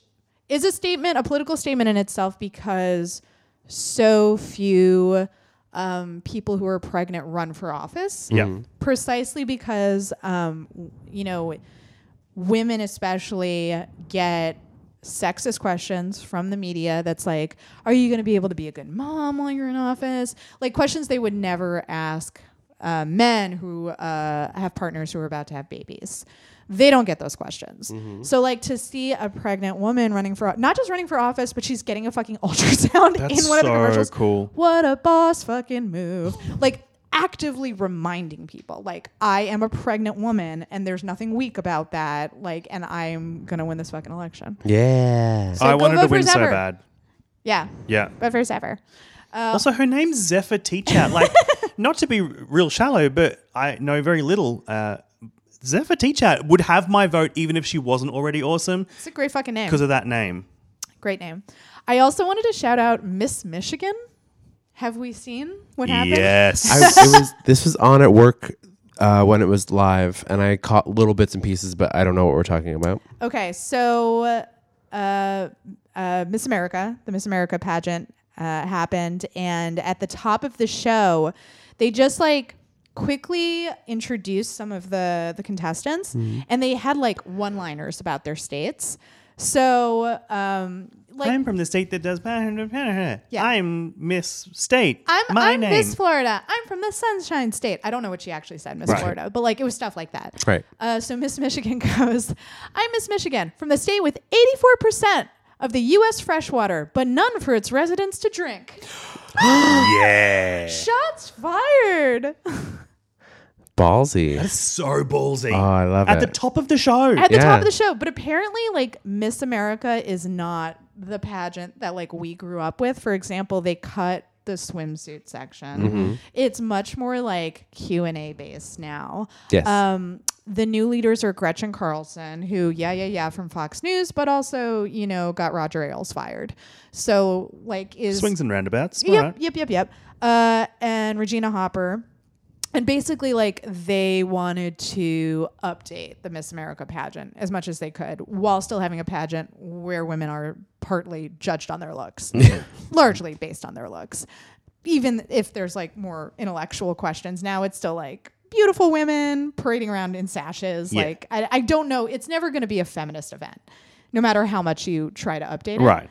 Speaker 1: is a statement, a political statement in itself, because so few um, people who are pregnant run for office.
Speaker 2: Yeah.
Speaker 1: Precisely because, um, w- you know, women especially get sexist questions from the media that's like, are you going to be able to be a good mom while you're in office? Like questions they would never ask uh, men who uh, have partners who are about to have babies. they don't get those questions.
Speaker 2: Mm-hmm.
Speaker 1: So like to see a pregnant woman running for not just running for office, but she's getting a fucking *laughs* ultrasound
Speaker 2: That's
Speaker 1: in one of the
Speaker 2: so
Speaker 1: commercials.
Speaker 2: cool.
Speaker 1: What a boss fucking move. Like actively reminding people like I am a pregnant woman and there's nothing weak about that. Like and I'm going to win this fucking election.
Speaker 3: Yeah.
Speaker 1: So
Speaker 2: I
Speaker 1: go
Speaker 2: wanted
Speaker 1: vote
Speaker 2: to
Speaker 1: for
Speaker 2: win so
Speaker 1: Zephyr. Oh.
Speaker 2: bad.
Speaker 1: Yeah.
Speaker 2: Yeah.
Speaker 1: But first ever.
Speaker 2: also, her name's Zephyr Teacher.
Speaker 1: *laughs*
Speaker 2: Like, not to be r- real shallow, but I know very little. Uh, Zephyr Teacher would have my vote even if she wasn't already awesome
Speaker 1: It's a great fucking name.
Speaker 2: because of that name.
Speaker 1: Great name. I also wanted to shout out Miss Michigan. Have we seen what happened?
Speaker 2: Yes.
Speaker 3: I,
Speaker 2: *laughs*
Speaker 3: it was this was on at work uh, when it was live, and I caught little bits and pieces, but I don't know what we're talking about.
Speaker 1: Okay, so uh, uh, Miss America, the Miss America pageant uh, happened, and at the top of the show, they just like quickly introduced some of the the contestants,
Speaker 2: Mm-hmm.
Speaker 1: and they had like one liners about their states. So, um, like.
Speaker 2: I'm from the state that does. I'm Miss State.
Speaker 1: I'm,
Speaker 2: my
Speaker 1: I'm
Speaker 2: name.
Speaker 1: Miss Florida. I'm from the Sunshine State. I don't know what she actually said, Miss
Speaker 2: Right.
Speaker 1: Florida, but like it was stuff like that.
Speaker 3: Right.
Speaker 1: Uh, so Miss Michigan *laughs* goes, I'm Miss Michigan from the state with 84% of the U.S. freshwater, but none for its residents to drink.
Speaker 2: yeah.
Speaker 1: Shots fired.
Speaker 3: Ballsy.
Speaker 2: That's so ballsy.
Speaker 3: Oh, I love
Speaker 2: At
Speaker 3: it.
Speaker 2: the top of the show.
Speaker 1: At the
Speaker 3: Yeah.
Speaker 1: top of the show. But apparently, like, Miss America is not the pageant that, like, we grew up with. For example, they cut the swimsuit section. It's much more, like, Q&A based now.
Speaker 3: Yes.
Speaker 1: Um, the new leaders are Gretchen Carlson, who, yeah, yeah, yeah, from Fox News, but also, you know, got Roger Ailes fired. So, like, is.
Speaker 2: Swings and roundabouts.
Speaker 1: yep,
Speaker 2: Alright.
Speaker 1: yep, yep, yep. Uh, and Regina Hopper. And basically, like, they wanted to update the Miss America pageant as much as they could while still having a pageant where women are partly judged on their
Speaker 2: *laughs*
Speaker 1: looks, largely based on their looks. Even if there's like more intellectual questions now, it's still like beautiful women parading around in sashes.
Speaker 2: Yeah.
Speaker 1: Like, I, I don't know. It's never going to be a feminist event, no matter how much you try to update it.
Speaker 2: Right.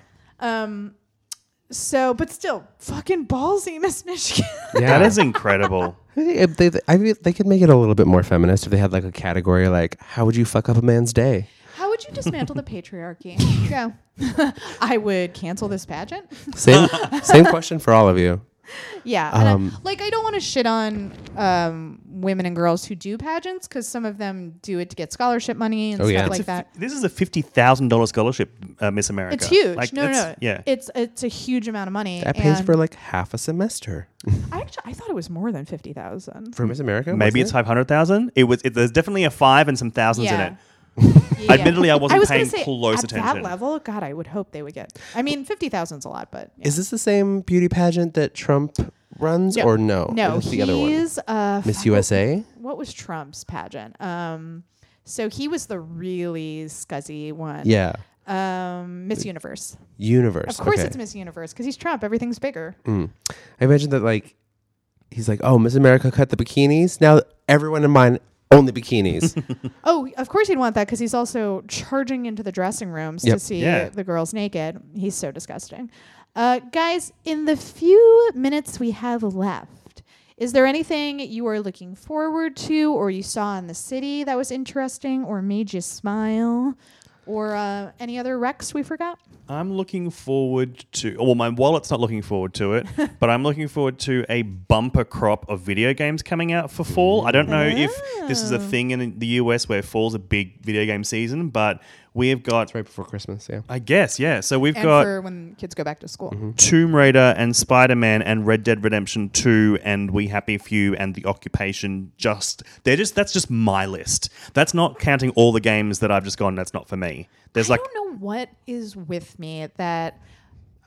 Speaker 1: So, but still, fucking ballsy, *laughs* Miss Michigan.
Speaker 3: yeah.
Speaker 2: That is incredible.
Speaker 3: I think if they, they- I mean, they could make it a little bit more feminist if they had like a category like how would you fuck up a man's day?
Speaker 1: How would you dismantle the *laughs* patriarchy? Go. I would cancel this pageant. *laughs*
Speaker 3: Same same question for all of you.
Speaker 1: Yeah. and I-
Speaker 2: Um,
Speaker 1: like, I don't want to shit on um, women and girls who do pageants because some of them do it to get scholarship money and
Speaker 3: Oh,
Speaker 1: stuff
Speaker 3: yeah.
Speaker 1: *laughs*
Speaker 3: It's
Speaker 1: like
Speaker 2: It's a f-
Speaker 1: that.
Speaker 2: This is a fifty thousand dollars scholarship, uh, Miss America.
Speaker 1: It's huge.
Speaker 2: Like,
Speaker 1: no, no,
Speaker 2: it's-
Speaker 1: no.
Speaker 2: Yeah.
Speaker 1: It's, it's a huge amount of money.
Speaker 3: That pays
Speaker 1: and
Speaker 3: for like half a semester
Speaker 1: I actually I thought it was more than 50000
Speaker 3: for Miss America.
Speaker 2: Maybe
Speaker 3: wasn't
Speaker 2: it's
Speaker 3: it?
Speaker 2: five hundred thousand. It was. It, there's definitely a five and some thousands in it.
Speaker 1: Yeah.
Speaker 2: Admittedly, I wasn't
Speaker 1: was gonna
Speaker 2: paying
Speaker 1: say,
Speaker 2: close
Speaker 1: at
Speaker 2: attention.
Speaker 1: that level, God, I would hope they would get. I mean, 50000 is a lot, but. yeah.
Speaker 3: Is this the same beauty pageant that Trump runs or no?
Speaker 1: No,
Speaker 3: Is this Oh, the other one.
Speaker 1: he's uh,
Speaker 3: Miss
Speaker 1: fuck,
Speaker 3: USA.
Speaker 1: what was Trump's pageant? Um, so he was the really scuzzy one.
Speaker 3: Yeah.
Speaker 1: Um, Miss Universe.
Speaker 3: Universe.
Speaker 1: Of course,
Speaker 3: okay.
Speaker 1: it's Miss Universe because he's Trump. Everything's bigger.
Speaker 3: I imagine that like he's like, oh, Miss America cut the bikinis. Now everyone in mine
Speaker 1: *laughs*
Speaker 3: only bikinis.
Speaker 1: Oh, of course he'd want that because he's also charging into the dressing rooms to
Speaker 3: Yep.
Speaker 1: see
Speaker 2: Yeah.
Speaker 1: the girls naked. He's so disgusting. Uh, guys, in the few minutes we have left, is there anything you are looking forward to or you saw in the city that was interesting or made you smile? Or uh, any other wrecks we forgot?
Speaker 2: I'm looking forward to. oh, Well, my wallet's not looking forward
Speaker 1: *laughs*
Speaker 2: to it, but I'm looking forward to a bumper crop of video games coming out for fall. I don't know if this is a thing in the US where fall's a big video game season, but we have got.
Speaker 3: right before Christmas.
Speaker 1: *laughs*
Speaker 3: Yeah.
Speaker 2: I guess yeah. So we've
Speaker 1: And
Speaker 2: got
Speaker 1: for when kids go back to school.
Speaker 2: Tomb Raider and Spider Man and Red Dead Redemption Two and We Happy Few and The Occupation. Just they're just that's just my list. That's not counting all the games that I've just gone. That's not for me. There's
Speaker 1: I
Speaker 2: like
Speaker 1: don't know what is with me that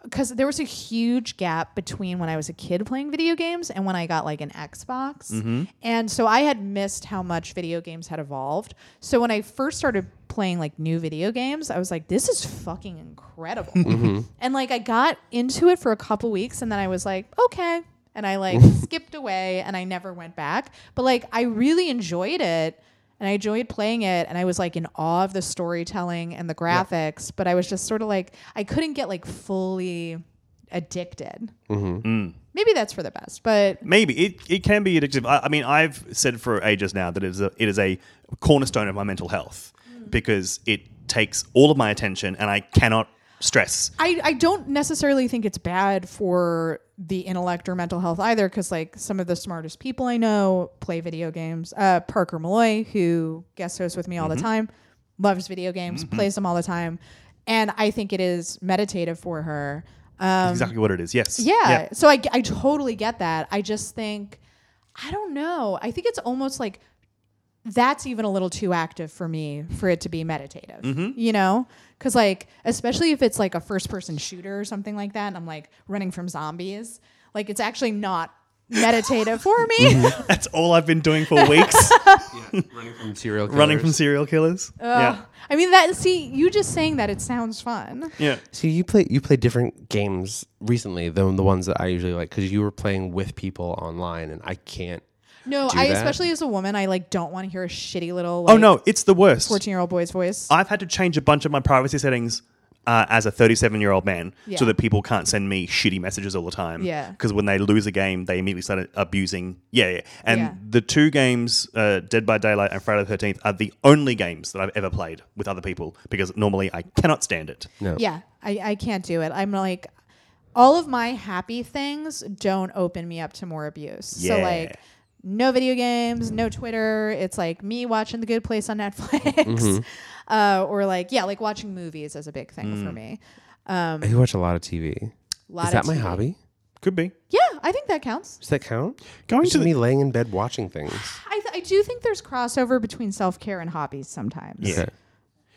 Speaker 1: because there was a huge gap between when I was a kid playing video games and when I got like an Xbox.
Speaker 2: Mm-hmm.
Speaker 1: And so I had missed how much video games had evolved. So when I first started playing like new video games, I was like, this is fucking incredible.
Speaker 2: *laughs* Mm-hmm.
Speaker 1: And like I got into it for a couple weeks and then I was like, okay. And I
Speaker 2: *laughs*
Speaker 1: like skipped away and I never went back. But like I really enjoyed it and I enjoyed playing it and I was like in awe of the storytelling and the graphics, but I was just sort of like I couldn't get like fully addicted. Maybe that's for the best, but
Speaker 2: Maybe it, it can be addictive. I, I mean, I've said for ages now that it is a, it is a cornerstone of my mental health
Speaker 1: Mm.
Speaker 2: because it takes all of my attention and I cannot stress.
Speaker 1: I, I don't necessarily think it's bad for the intellect or mental health either because like some of the smartest people i know play video games uh, parker malloy who guest hosts with me all the time loves video games plays them all the time and i think it is meditative for her um,
Speaker 2: exactly what it is. Yes.
Speaker 1: yeah. So I, I totally get that. I just think, I don't know. I think it's almost like that's even a little too active for me for it to be meditative, you know? Because, like, especially if it's like a first person shooter or something like that, and I'm like running from zombies, like, it's actually not meditative for me.
Speaker 2: *laughs* That's all I've been doing for
Speaker 1: *laughs*
Speaker 2: weeks
Speaker 3: running from serial
Speaker 2: running from serial killers.
Speaker 1: Ugh. *laughs* I mean, that, see, you just saying that, it sounds fun.
Speaker 2: Yeah. Yeah.
Speaker 3: See, you play you play different games recently than the ones that I usually like because you were playing with people online, and I can't.
Speaker 1: No,
Speaker 3: Do
Speaker 1: I,
Speaker 3: that.
Speaker 1: especially as a woman, I like don't want to hear a shitty little,
Speaker 2: Oh
Speaker 1: like,
Speaker 2: no, it's the worst.
Speaker 1: 14 year old boy's voice.
Speaker 2: I've had to change a bunch of my privacy settings uh, as a 37 year old man
Speaker 1: Yeah.
Speaker 2: so that people can't send me shitty messages all the time.
Speaker 1: Yeah.
Speaker 2: Because when they lose a game, they immediately start abusing. Yeah. yeah. And
Speaker 1: Yeah.
Speaker 2: the two games, uh, Dead by Daylight and Friday the 13th, are the only games that I've ever played with other people because normally I cannot stand it.
Speaker 3: No.
Speaker 1: Yeah, I, I can't do it. I'm like, all of my happy things don't open me up to more abuse. So,
Speaker 2: Yeah.
Speaker 1: like, no video games, no Twitter. It's like me watching The Good Place on Netflix.
Speaker 2: Mm-hmm.
Speaker 1: *laughs* Uh, or, like, yeah, like watching movies is a big thing
Speaker 2: Mm.
Speaker 1: for me. Um,
Speaker 3: I watch a lot of TV.
Speaker 1: lot
Speaker 3: Is that
Speaker 1: of
Speaker 3: my
Speaker 1: TV.
Speaker 3: hobby?
Speaker 2: Could be.
Speaker 1: Yeah, I think that counts.
Speaker 3: Does that count?
Speaker 2: Going
Speaker 3: Just
Speaker 2: to the-
Speaker 3: me laying in bed watching things.
Speaker 1: I, th- I do think there's crossover between self care and hobbies sometimes.
Speaker 2: Yeah.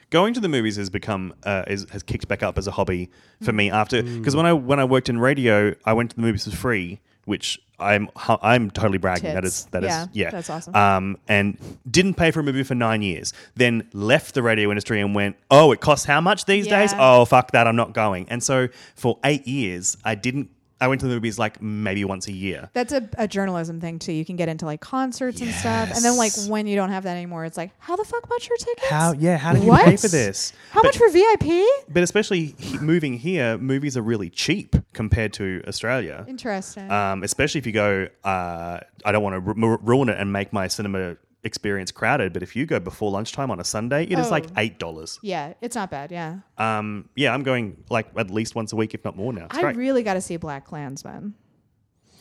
Speaker 2: going to the movies has become uh, is, has kicked back up as a hobby for
Speaker 1: Mm.
Speaker 2: me after because when I when I worked in radio, I went to the movies for free, which I'm ho- I'm totally bragging. That
Speaker 1: Tits.
Speaker 2: is that is
Speaker 1: Yeah,
Speaker 2: yeah,
Speaker 1: that's awesome.
Speaker 2: Um, and didn't pay for a movie for nine years, then left the radio industry and went, oh, it costs how much these
Speaker 1: Yeah.
Speaker 2: days? Oh, fuck that, I'm not going. And so for eight years, I didn't. I went to the movies like maybe once a year.
Speaker 1: That's a, a journalism thing too. You can get into like concerts and stuff, and then like
Speaker 2: Yes.
Speaker 1: when you don't have that anymore, it's like, how the fuck much are tickets?
Speaker 2: How yeah? How did you
Speaker 1: What?
Speaker 2: pay for this?
Speaker 1: How
Speaker 2: But-
Speaker 1: much for VIP?
Speaker 2: But especially he- moving here, movies are really cheap compared to Australia.
Speaker 1: Interesting.
Speaker 2: um, especially if you go. Uh, I don't want to ru- ruin it and make my cinema experience crowded, but if you go before lunchtime on a Sunday, it is
Speaker 1: Oh.
Speaker 2: like eight dollars.
Speaker 1: yeah, it's not bad. Yeah,
Speaker 2: Um, yeah, I'm going like at least once a week, if not more now. It's
Speaker 1: I
Speaker 2: great.
Speaker 1: really got to see Black Klansman.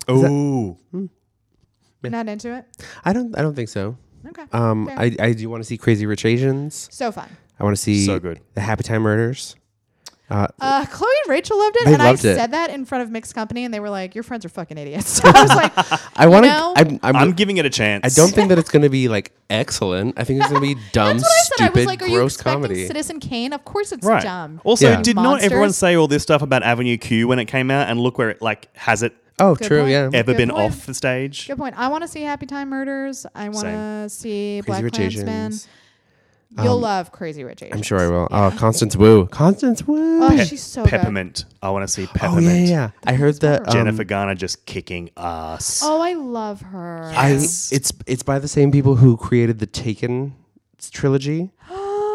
Speaker 2: Ooh,
Speaker 1: Not into it.
Speaker 3: I don't. I don't think so.
Speaker 1: Okay.
Speaker 3: Um,
Speaker 1: Fair.
Speaker 3: I, I do want to see Crazy Rich Asians.
Speaker 1: so fun.
Speaker 3: I want to see
Speaker 2: So good.
Speaker 3: the Happy Time Murders. Uh,
Speaker 1: Uh, Chloe and Rachel loved it,
Speaker 3: They
Speaker 1: and
Speaker 3: loved
Speaker 1: I
Speaker 3: it.
Speaker 1: said that in front of mixed company, and they were like, "Your friends are fucking idiots." *laughs* So I was
Speaker 2: *laughs*
Speaker 1: like,
Speaker 3: I want to.
Speaker 1: know-
Speaker 3: I'm, I'm,
Speaker 2: I'm giving it a chance.
Speaker 3: I don't think that it's going to be like excellent. I think it's going
Speaker 1: *laughs*
Speaker 3: to be dumb,
Speaker 1: "That's what I said." I
Speaker 3: stupid,
Speaker 1: was like, "Are you
Speaker 3: gross
Speaker 1: expecting
Speaker 3: comedy.
Speaker 1: Citizen Kane? Of course, it's
Speaker 2: Right.
Speaker 1: dumb."
Speaker 2: Also,
Speaker 3: Yeah.
Speaker 2: did not
Speaker 1: Monsters.
Speaker 2: everyone say all this stuff about Avenue Q when it came out? And look where it like has it
Speaker 3: oh,
Speaker 1: Good
Speaker 3: true.
Speaker 1: point.
Speaker 3: Yeah.
Speaker 2: ever
Speaker 1: Good
Speaker 2: been
Speaker 1: point.
Speaker 2: off the stage?
Speaker 1: Good point. I want to see Happy Time Murders. I want to see
Speaker 3: Crazy
Speaker 1: Black
Speaker 3: Rich
Speaker 1: Klansman.
Speaker 3: Asians. Um,
Speaker 1: You'll love Crazy Rich Asians.
Speaker 3: I'm sure I will. Oh, Constance Wu. Constance Wu.
Speaker 1: Oh,
Speaker 2: Pe-
Speaker 1: she's so good.
Speaker 2: peppermint. I want to see
Speaker 3: Oh,
Speaker 2: peppermint.
Speaker 3: yeah, yeah, yeah. I heard that. Um,
Speaker 2: Jennifer Garner just kicking ass.
Speaker 1: Oh, I love her.
Speaker 3: I
Speaker 2: Yes.
Speaker 3: it's it's by the same people who created the Taken
Speaker 1: *gasps*
Speaker 3: trilogy.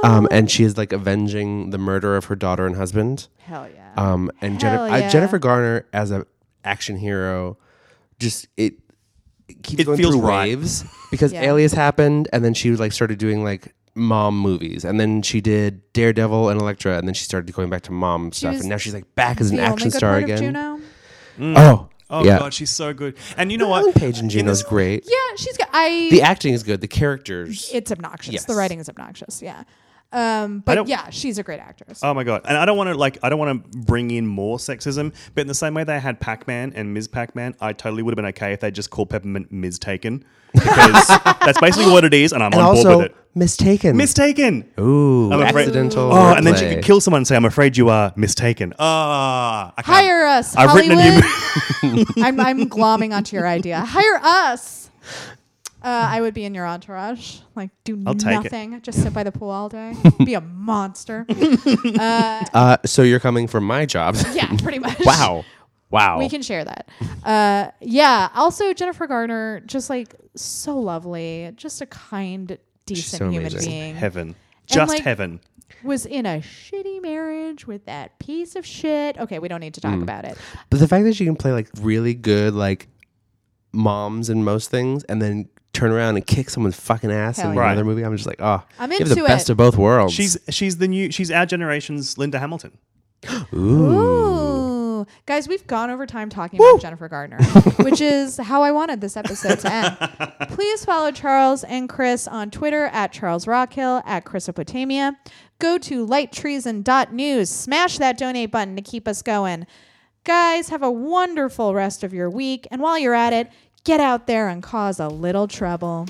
Speaker 3: Um, and she is like avenging the murder of her daughter and husband.
Speaker 1: Hell yeah.
Speaker 3: Um, and
Speaker 1: Hell
Speaker 3: Jennifer, I,
Speaker 1: yeah.
Speaker 3: Jennifer Garner as an action hero, just it, it keeps
Speaker 2: It
Speaker 3: going
Speaker 2: feels
Speaker 3: through
Speaker 2: right.
Speaker 3: waves because
Speaker 1: Yeah.
Speaker 3: Alias happened, and then she was like started doing like mom movies, and then she did Daredevil and Elektra, and then she started going back to mom stuff,
Speaker 1: was
Speaker 3: and now she's like back as an
Speaker 1: the only
Speaker 3: action
Speaker 1: good
Speaker 3: star
Speaker 1: part of
Speaker 3: again.
Speaker 1: Juno.
Speaker 3: Oh,
Speaker 2: Oh
Speaker 3: yeah.
Speaker 2: god, she's so good. And you know
Speaker 3: Ellen
Speaker 2: what?
Speaker 3: Page and Gino's great.
Speaker 1: Yeah, she's got. I.
Speaker 3: The acting is good. The characters.
Speaker 1: it's obnoxious. The
Speaker 3: Yes.
Speaker 1: writing is obnoxious. Yeah. Um, but
Speaker 2: don't-
Speaker 1: yeah, she's a great actress.
Speaker 2: Oh my god! And I don't want to like I don't want to bring in more sexism, but in the same way they had Pac Man and Ms. Pac Man, I totally would have been okay if they just called Peppermint Ms. Taken
Speaker 3: *laughs*
Speaker 2: because that's basically what it is, and I'm
Speaker 3: And
Speaker 2: on board
Speaker 3: also
Speaker 2: with it.
Speaker 3: mistaken.
Speaker 2: Mistaken.
Speaker 3: Ooh,
Speaker 2: I'm afraid-
Speaker 3: accidental.
Speaker 2: Oh, and then she
Speaker 3: wordplay.
Speaker 2: could kill someone and say, "I'm afraid you are mistaken." Ah, I can't.
Speaker 1: Hire us,
Speaker 2: I've written
Speaker 1: Hollywood.
Speaker 2: a new- *laughs*
Speaker 1: I'm I'm glomming onto your idea. Hire us. Uh, I would be in your entourage. Like do
Speaker 2: I'll take it.
Speaker 1: nothing. Just sit by the pool all
Speaker 2: *laughs*
Speaker 1: day. be a monster.
Speaker 3: Uh, so you're coming from my job. *laughs*
Speaker 1: Yeah, pretty much.
Speaker 3: wow. Wow.
Speaker 1: We can share that. Uh, yeah. Also, Jennifer Garner, just like so lovely, just a kind, decent human
Speaker 3: amazing.
Speaker 1: being.
Speaker 2: Heaven, just
Speaker 1: like-
Speaker 2: heaven.
Speaker 1: was in a shitty marriage with that piece of shit. Okay, we don't need to talk about it.
Speaker 3: But the fact that she can play like really good like moms in most things, and then turn around and kick someone's fucking ass
Speaker 1: Hell
Speaker 3: in
Speaker 1: yeah.
Speaker 3: another movie, I'm just like, oh,
Speaker 1: I'm
Speaker 3: you have the
Speaker 1: into
Speaker 3: best
Speaker 1: it.
Speaker 3: of both worlds.
Speaker 2: She's she's the new she's our generation's Linda Hamilton.
Speaker 1: Ooh. Guys, we've gone over time talking about Jennifer Gardner, which is how I wanted this episode to end. Please follow Charles and Chris on Twitter at Charles Rockhill, at Chrisopotamia. Go to lighttreason.news. Smash that donate button to keep us going. Guys, have a wonderful rest of your week. And while you're at it, get out there and cause a little trouble.